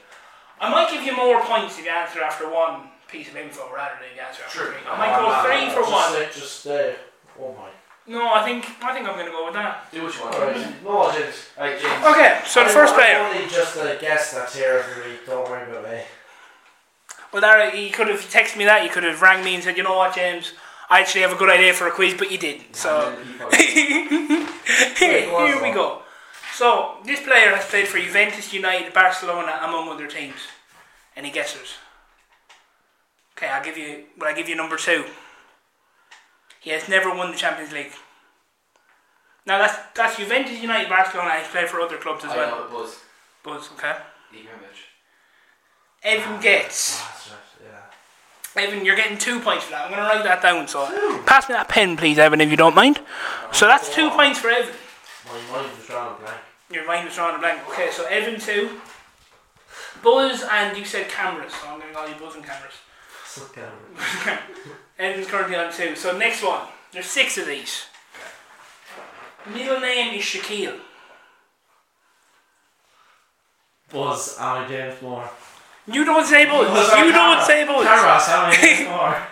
I might give you more points if you answer after one piece of info rather than if you answer after
True.
three. I might go three for
just
one.
Stay, just stay. Oh my.
No, I think I think I'm gonna go with that.
Do what you want. Right,
Alright. No, James.
James.
Okay, so the
I'm-
first
I'm
player.
Ah, only just a guest that's here every week. Don't worry about me.
Well, Dara, he could have texted me that. He could have rang me and said, you know what, James, I actually have a good idea for a quiz, but you didn't. So <laughs> here, here we go. So this player has played for Juventus, United, Barcelona, among other teams. Any guesses? Okay, I'll give you. Well, I give you number two. He has never won the Champions League. Now that's that's Juventus, United, Barcelona. He's played for other clubs as
I
well.
know it was
But okay,
Ibrahimovic.
Evan Gates.
That's right, yeah.
Evan, you're getting two points for that. I'm going to write that down. So pass me that pen, please, Evan, if you don't mind. So that's two points for Evan.
My mind was drawn a blank.
Your mind was drawing a blank. Okay, so Evan two, Buzz, and you said cameras. So I'm going to call you Buzz and cameras.
Suck at it.
Evan's currently on two. So next one. There's six of these. Middle name is Shaquille.
Buzz, Alan James Moore.
Oh, You don't say Buzz.
Sorry,
you don't
Camera.
say Buzz. <laughs>
Cameras, Alan James Moore.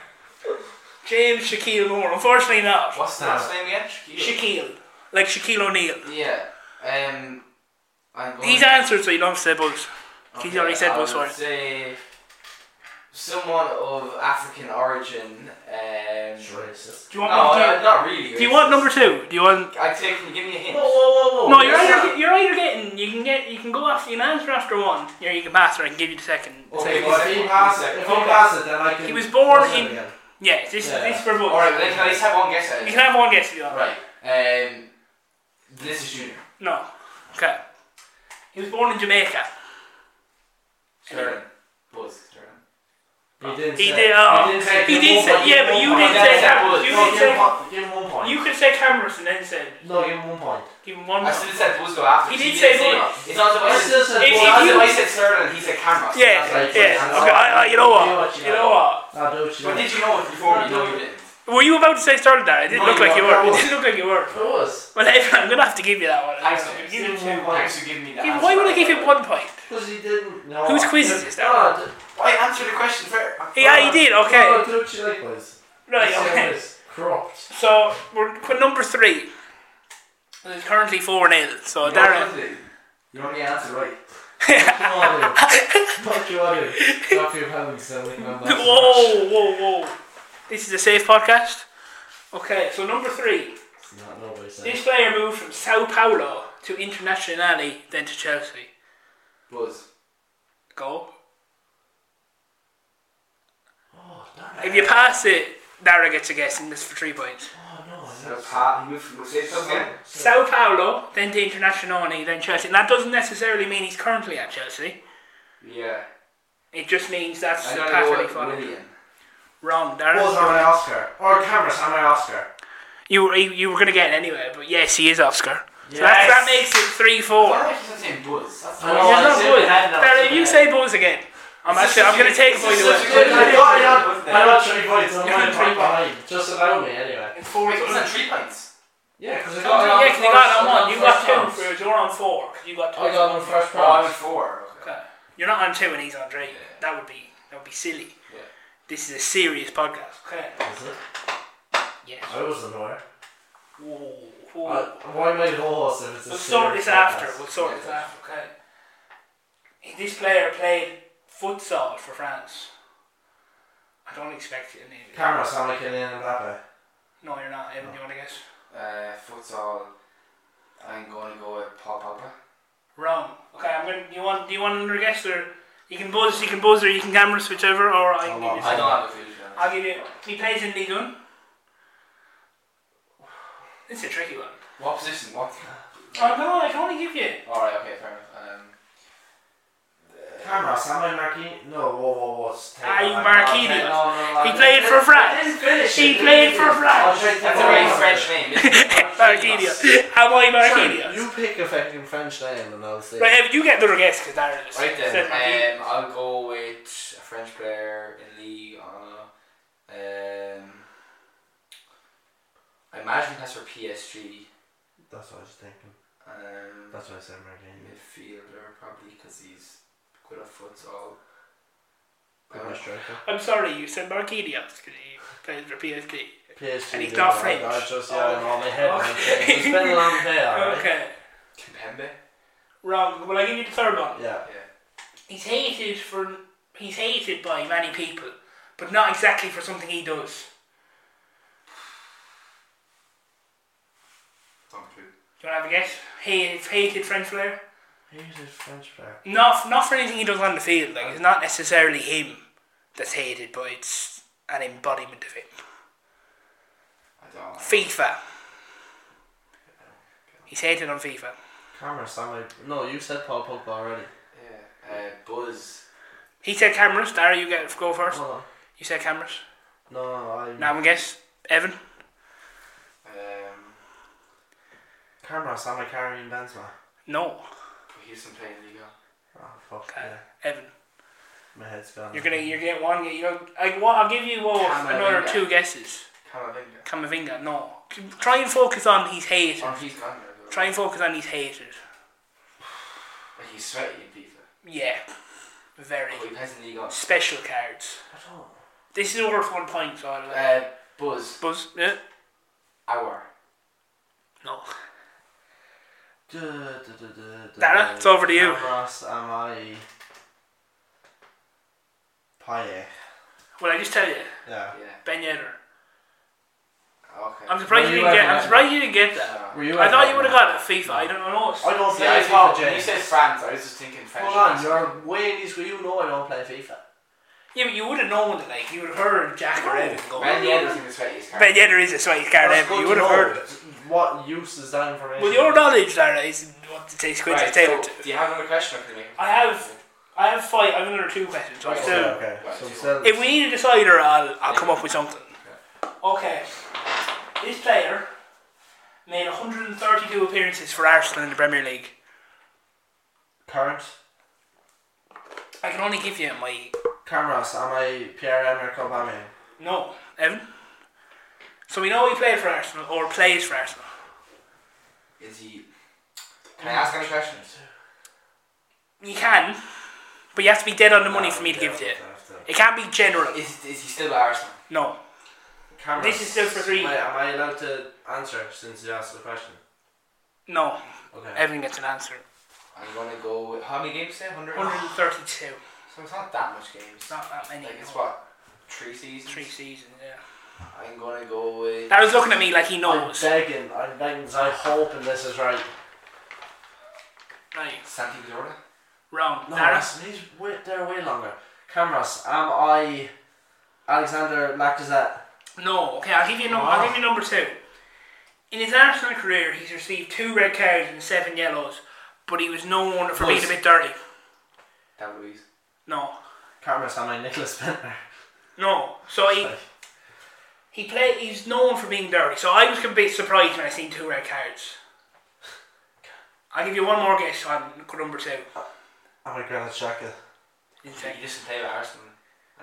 James Shaquille Moore. Unfortunately not.
What's the
No.
last name again? Shaquille.
Shaquille. Like Shaquille O'Neal.
Yeah. Um. I'm going
He's answered, so you don't have to say Buzz. he's already said
I
Buzz,
would
sorry.
Say someone of African origin. Um,
It's racist.
Do you
No,
want number two?
no, not really.
Do you want number two? Do you want?
I take. Can you give me a hint?
Whoa, whoa, whoa, whoa.
No, you're
yes.
either you're either getting you can get you can go after you can answer after one, or you can pass, or I can give you the second. the
Okay.
second.
Well, if he pass it, if he pass it, then I can.
He was born
What's it
in-
again?
Yeah, this
Yeah.
this is for both.
All right, then can I at least have one guess at
You
it?
can have one guess if you want.
Right. Um. This is Junior.
No. Okay. He was born in Jamaica.
Sterling. Buzz. Sterling.
He didn't.
He
say-
did. Oh,
He didn't say.
he
give
did
one
say-
point,
yeah,
give
but
one
you
point.
didn't
Yeah,
say
yeah,
that.
it was.
You
No,
didn't
give him
say.
one- give him one point.
You could say cameras and then say
No, give him one point.
give him one.
I
more.
should have said Buzz though after.
He
so
did say
didn't
Buzz.
it. It's not that I
It's
said-
just a
If
It's
he-
point.
not that I said Sterling. He said camera. so
Yeah,
that's why I put
yeah.
it down.
Okay, I, I, you know what? You know what?
I'll do what you
But
want.
did you know it before? You know you didn't.
Were you about to say Sterling there? It didn't
No,
look
you
like you
are.
were. It didn't look like you were.
It was.
Well, <laughs> Evan, I'm gonna have to give you that one.
Thanks,
Give him
Give
two.
him one
Thanks
point.
for giving me that.
Give- Why would I give him one point?
Because he didn't. Ah, No.
Whose quiz is this now?
No, d-
I answered the question fair.
Yeah, he did.
No,
Oh.
Okay.
do what you like, boys.
Right.
This is
Okay.
always Corrupt.
So we're qu- number three. There's currently four nil. So Darren,
You only answered right.
Fuck you all do. Fuck you all do. Drop your hands and leave my mouth.
<laughs> whoa, whoa, whoa! This is a safe podcast. Okay. So number three.
Not nobody said.
This player moved from Sao Paulo to Internazionale, then to Chelsea.
Buzz.
Go.
Oh, damn
If
it.
you pass it, Dara gets a guess, and this for three points.
Oh, no.
So
that's-
Pat, he moved from say it again.
Sao Paulo, then to Internazionale, then Chelsea. And that doesn't necessarily mean he's currently at Chelsea.
Yeah.
It just means that's
I
the
don't
path that he
know what
followed.
William.
Wrong, Darren.
Balls on my Oscar. Or cameras on my Oscar.
You were you, you were gonna get it anyway, but yes, he is Oscar. So that,
Yes.
that makes it three
Oh,
four.
I actually saying Buzz. That's
I know,
You're
I
not
said
Buzz.
we had no-
Darren, if you say Buzz again, I'm
This
actually
is
I'm gonna
such
take
a-
a point
this is
away.
such a
I
good-
got, I got, I got three points. I'm only three behind. Just allow me anyway.
It's four.
Wait, wasn't
Yeah,
it three points?
Yeah, because I got it on
because
the
you got on
first-
one. You got two.
first
For,
round.
you're on four. 'cause You got two.
I got on the first
Oh, I was
round.
four. Okay.
Okay. You're not on two and he's on three.
Yeah.
That would be that would be silly.
Yeah.
This is a serious podcast. Okay.
Is it?
Yes.
I wasn't aware.
Whoa.
Uh,
whoa.
why am I lost if it's a
We'll sort
serious
this after.
podcast?
We'll sort this after. Okay. This player played futsal for France. I don't expect you to name it.
Camera sound like Kylian Mbappe.
No, you're not. Evan, do you want to guess?
Uh, futsal. I'm going to go with Paul Pogba.
Wrong. Okay, I'm gonna. Do you want? Do you want another guess or you can buzz? You can buzz or you can camera whichever. Or I can
Oh,
give you.
wow.
I
Some.
don't have a clue. to be honest.
I'll give you. He plays in League One. It's a tricky one.
What position? What?
Oh no, I can only give <laughs> you.
All right. Okay. Fair enough. Um,
Camera sound like Marquinhos. No, whoa, whoa, whoa. it's taken
Ah, you
back.
Marquinhos.
Okay, no, no, no,
He
no.
played for
I didn't
France.
finish
He
it.
played for
I'll
France.
try to
That's a
think of
very
one.
French name. isn't it? <laughs> um,
Marquinhos. Am I
Sure,
Marquinhos?
you pick a fucking French name and I'll see.
Right, Evan, you get another guess because Darren is.
Right
said Marquinhos.
then, um, I'll go with a French player in league. I don't know. Um, I imagine that's for PSG.
That's what I was thinking.
Um,
That's what I said, Marquinhos.
midfielder probably because he's good at futsal.
Good
Uh,
nice striker.
I'm sorry, you said Marquinhos because he played for PSG.
PSG.
And he's not
yeah,
French.
I just, yeah,
Oh,
I'm on my head.
okay.
man. It's been a long
<laughs>
day, alright?
Okay,
Kimpembe.
wrong. Well, I give you the third one.
Yeah.
Yeah.
He's hated for he's hated by many people, but not exactly for something he does.
Don't
Do
you?
you want to have a guess? Hated, hated French player?
Hated French player.
Not, not for anything he does on the field. Like it's not necessarily him that's hated, but it's an embodiment of it.
I don't. know.
FIFA. He's hated on FIFA.
Camera Samuel. No, you said Paul Pogba already.
Yeah. Uh, Buzz.
He said cameras. Dara, you get go first.
Hold on.
You said cameras.
No, no, I.
Now one guess. Evan.
Um,
Camera Samuel carrying Benzema.
No.
he used to play in Liga.
Oh fuck
Okay.
yeah,
Evan.
my head's gone.
You're gonna you're gonna get one. You know, I, well, I'll give you well,
Camavinga.
another two guesses.
Camavinga.
Camavinga. No. Try and focus on he's hated.
Or he's gone there. though.
Try and focus on he's hated.
Like, he's sweaty in FIFA.
Yeah. Very
But he plays in Liga.
special cards.
I don't know.
This is worth one point. So I'll, uh,
Uh, Buzz.
Buzz. Yeah.
Our.
No.
Duh, duh, duh, duh, duh,
Dara,
duh.
it's over to you.
Camras, am I? Paye.
Well, I just tell you,
Yeah.
Yeah.
Ben Yedder.
Okay.
I'm surprised
Were
you
you
didn't get.
Evan
I'm
Evan?
surprised you didn't get that.
Were you?
I thought you
at-
would have got it. FIFA. I don't know.
I don't
See,
play
I
FIFA,
thought when you
James.
said France, I was just thinking French.
Hold on, you're way in these. You know I don't play FIFA.
Yeah, but you would have known it. Like you would have heard Jack or Evan go. "Oh,
Ben Yedder's in the sweatiest card.
Ben Yedder is a sweaty card.
That's
Evan.
good
You
to
would have
know.
heard it.
What use is that information?
Well, your knowledge, Dara, is what to take Squid
Right,
is tailored
so,
to.
do you have another question or can we make
I have, I have five. I've another two questions. So I'm
Right,
Okay,
still,
okay.
Right,
So
so-
still-
if we need a decider, I'll, I'll come up with something. Okay, this player made 132 appearances for Arsenal in the Premier League.
current
I can only give you my
cameras, am I Pierre Emerick Aubameyang?
no, Evan. So we know he played for Arsenal or plays for Arsenal.
Is he. Can I ask any questions?
You can, but you have to be dead on the money for me to give it to you. It can't be general.
Is, is he still at Arsenal?
No.
Cameras.
This is still for three.
Wait, am I allowed to answer since you asked the question?
No.
Okay.
Evan gets an answer.
I'm gonna go with. How many games now? 100?
132.
So it's not that much games.
It's not that many.
Like, it's
no.
what? Three seasons?
Three seasons, yeah.
I'm gonna go with.
That was looking at me like he
I'm
knows.
begging, I'm begging, I'm hoping this is right.
Right,
Santi Cazorla?
wrong.
No,
Dara?
that's- he's way, they're way longer. Cameras, am I Alexander Lacazette?
No, okay, I'll give you number. I'll give you number two. In his Arsenal career, he's received two red cards and seven yellows, but he was known for being a
Buzz.
bit dirty.
David Luiz.
No,
Cameras, am I Nicholas Bentner?
no. So he he played. He's known for being dirty. So I was a bit surprised when I seen two red cards. I'll give you one more guess on number two.
Am I Granit Xhaka?
Insane.
He doesn't play at Arsenal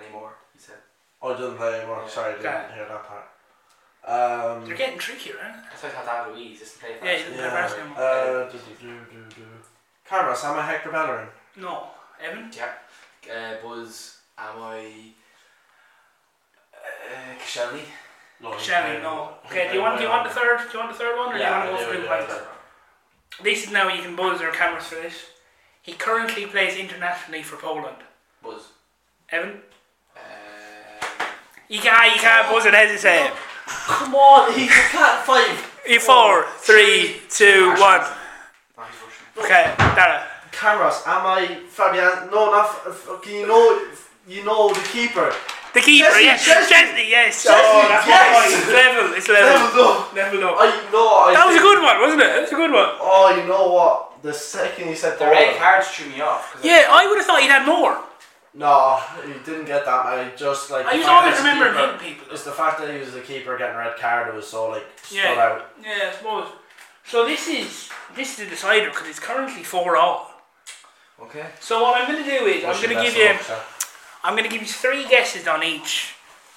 anymore, he said.
Oh, I didn't play anymore.
Yeah.
Sorry, I didn't
Okay.
hear that part. Um,
They're getting trickier, aren't
That's why I thought David Luiz doesn't play at
Yeah,
Arsenal.
yeah. Nebraska.
Uh, do, do, do, do, do. Cameras, am I Hector Bellerin?
they? No, Evan.
Yeah. Uh, Buzz, am I. Uh, Koscielny?
No,
Shelly, no. Okay, do you want do you want the third? Do you want the third one, or
Yeah,
do you
I
want to
do,
go
yeah,
for the
yeah.
point? This is now you can buzz your cameras for this. He currently plays internationally for Poland.
Buzz.
Evan,
Uh,
you can't you can't buzz it hesitate.
Come on, he's cat five.
You four, three, two, one.
no, he's Russian.
Okay, Dara.
Cameras, am I Fabian? No, not F- fucking. You know, you know the keeper.
The keeper,
Chesney,
yes.
Chesney.
Chesney, yes.
Chesney,
oh, that's
yes.
one point. It's level. It's level.
Leveled up.
Level up.
I know. I
That was a
think-
good one, wasn't it? That was a good one.
Oh, you know what? The second he said
The red
Poland-
cards threw me off. 'cause I-
Yeah, I would have thought he'd had more.
No, he didn't get that. I just like.
I
the
was
fact
always
that he's a
remembering
keeper-
hidden people.
It's the fact that he was the keeper getting red card. It was so like stood
Yeah.
out.
Yeah, I suppose. So this is this is the decider because it's currently four all.
Okay.
So what I'm going to do is I'm going to give you I'm going to give you three guesses on each.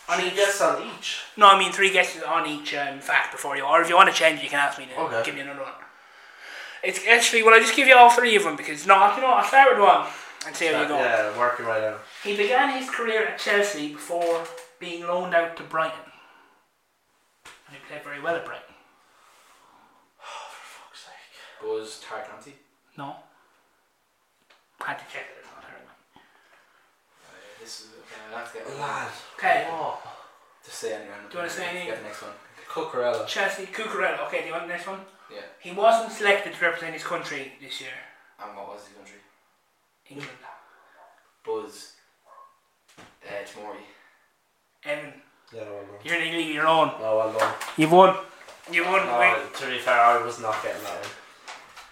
On
And he
each.
gets on each.
No, I mean three guesses on each um, fact before you. Or if you want to change, you can ask me to
Okay.
give you another one. It's actually well, I just give you all three of them because no, you know, what, I'll start with one and see how you go.
Yeah, work your way down.
He began his career at Chelsea before being loaned out to Brighton, and he played very well at Brighton.
Fuck's sake.
Buzz, Tarek Nancy.
No, had to check it. it's not her.
Uh, this is okay. I have to get
Lad.
Okay.
what?
to say anyway.
Do you wanna say anything?
Get the next one.
Cucurella.
Chelsea Cucurella. Okay, do you want the next one?
Yeah.
He wasn't selected to represent his country this year.
And what was the country?
England.
Buzz. Uh, Tamori.
Evan,
Yeah, well done.
you're in the league of your own.
No, well done.
You've won. You've won.
No, to be fair, I was not getting that one.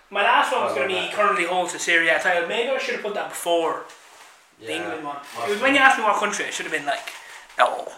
My last one was
I
going to be
love
he
that.
currently holds the Serie A title. Maybe I should have put that before the
Yeah.
England one. It was
Awesome.
when you asked me what country, it should have been like, no.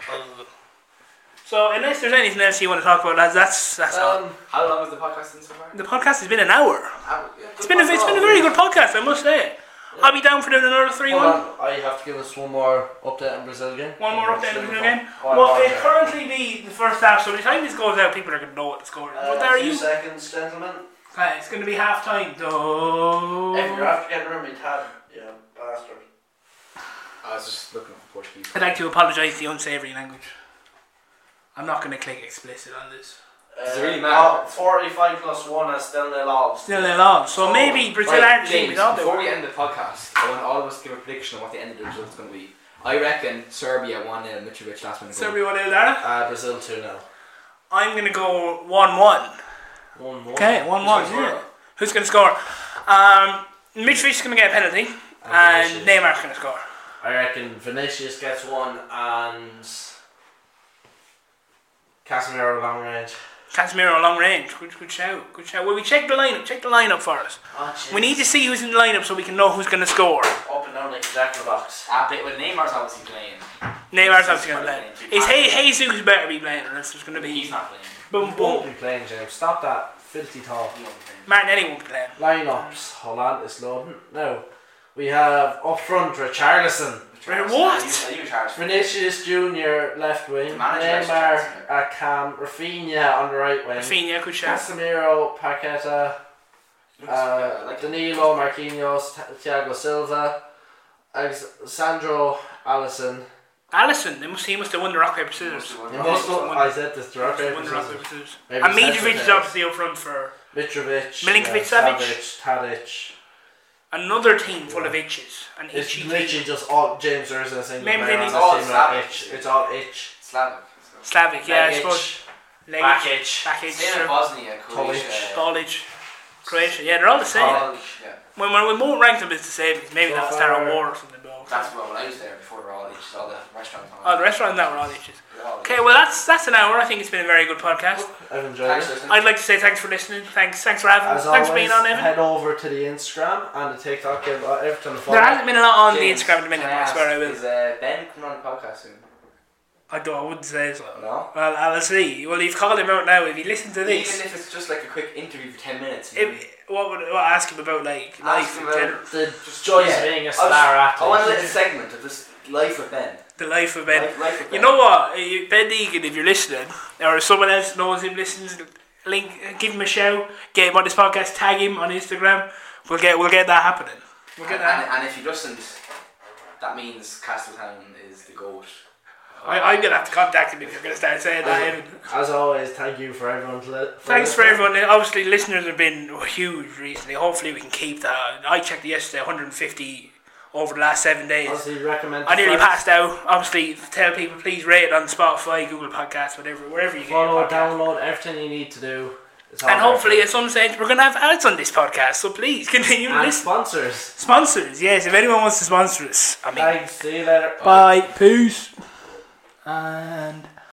So unless there's anything else you want to talk about, lads, that's that's all.
Um,
How long has the podcast been so far?
The podcast has been an hour.
Hour, yeah,
It's been a, it's been a very good podcast, I must say. I'll be down for doing another three
hold
one.
on, I have to give us one more update on Brazil game.
One more update on the Brazil uh, game.
Oh,
well,
I'm
it
sorry.
currently be the first half, so by the time this goes out, people are going to know what the score is.
Uh,
but there
few
you.
seconds, gentlemen.
Okay, it's going to be half time. though.
If you're after getting rid of me, Tad, you bastard.
I was just looking for Portuguese.
I'd like to apologise for the unsavoury language. I'm not going to click explicit on this.
Uh,
Does it really matter?
oh, 45 plus 1 is still nil odds.
Still at all. So maybe Brazil
Oh, Right,
aren't the team
James,
we thought they
before
were.
we end the podcast, I want all of us to give a prediction of what the end of the result's going to be. I reckon Serbia 1 0 Mitrovic last minute. goal.
Serbia 1 0 Dara.
Uh, Brazil 2 now.
I'm going to go 1 1.
1 1.
Okay, 1 1.
Who's gonna
Yeah.
score?
Who's going to score? Um, Mitrovic's going to get a penalty,
Oh,
and Neymar's going to score.
I reckon Vinicius gets one and. Casemiro long range.
Casemiro long range. Good, good shout. Good shout. Well, we check the lineup. Check the lineup for us. We need to see who's in the lineup so we can know who's going to score.
Up and down like a jack in the box.
Ah, but well, Neymar's obviously playing.
Neymar's obviously going to play. Is Hey Jesus who better be playing, or else there's going to
He's
be
not playing.
boom
Won't
boom.
be playing, James. Stop that filthy talk.
He won't be playing.
Martinelli won't be playing.
Lineups. Hold on, it's loading. Now, we have up front Richarlison.
Right,
Are
what?
you, are you charged?
Vinicius Jr. left wing.
The manager likes
Neymar at cam. Rafinha on the right wing.
Rafinha, good shout.
Casemiro, Paqueta,
Looks,
uh,
like-
Danilo, Marquinhos, Th- Thiago Silva, Alexandro, Allison.
Allison, they must, he must have won the rock paper scissors.
He
You
won.
must
Allison
look-
won-
I said this
He must
directly.
have won the rock paper scissors.
Maybe
And
Sanchez
Mitrovic is
there.
obviously up front for
Mitrovic,
Milinkovic, Savic.
Tadic.
another team full of itches and
It's
itchy
literally just all James. There isn't a single
Maybe they
player on
need-
this
All
team without
Savic.
itch. It's all itch.
Slavic. So.
Slavic, yeah,
Leg
I suppose.
itch,
Leg
Back
itch,
itch.
back itch,
Spain and
sure.
Bosnia, Croatia.
College, Croatia. Yeah, they're all the same.
College.
Yeah,
When, when we won't rank them as the same, because maybe
So
that'll start a
far-
war or something. But
that's what when I was there before were all each all the restaurants. and all
oh, the restaurants now were all itches.
They're all
Okay, well that's that's an hour. I think it's been a very good podcast.
I've enjoyed
Thanks,
it.
listen.
I'd like to say thanks for listening. Thanks, thanks for having us.
As
Thanks for
always,
being on, Evan.
head over to the Instagram and the TikTok. Give uh, everything a follow.
There hasn't been a lot on
James,
the Instagram at the minute.
can
I swear I
ask,
will.
Is uh, Ben coming on the podcast soon?
I do. I wouldn't say so.
No.
Well, I'll see. Well, you've called him out now. If you listen to this,
Even if it's just like a quick interview for ten minutes. you know.
if, what would well, ask him about like
Ask
life
him
in
about-
general,
The joys
Yeah.
of being
I'll
a
just-
star athlete.
I want a little segment of just life with Ben.
the life of Ben.
Life, life with
You
Ben.
know what, Uh, Ben Egan, if you're listening, or if someone else knows him, listens, link, uh, give him a shout, get him on this podcast, tag him on Instagram. We'll get, we'll get that happening. We'll
And,
get that.
and, and if he doesn't, that means Castletown is the goat.
I, I'm gonna have to contact him if you're gonna start saying that. Evan.
As always, thank you for everyone. To li- for
Thanks for
listening.
everyone. Obviously, listeners have been huge recently. Hopefully, we can keep that. I checked yesterday, 150 over the last seven days.
Honestly, recommend.
I nearly
friends.
passed out. Obviously, tell people please rate it on Spotify, Google Podcasts, whatever, wherever you get your
Follow,
podcast.
download everything you need to do. It's all
And
there.
hopefully, at some stage, we're going to have ads on this podcast. So please continue
and
listening.
sponsors.
Sponsors, yes. If anyone wants to sponsor us, I mean,
Thanks. See you later.
bye, peace, and.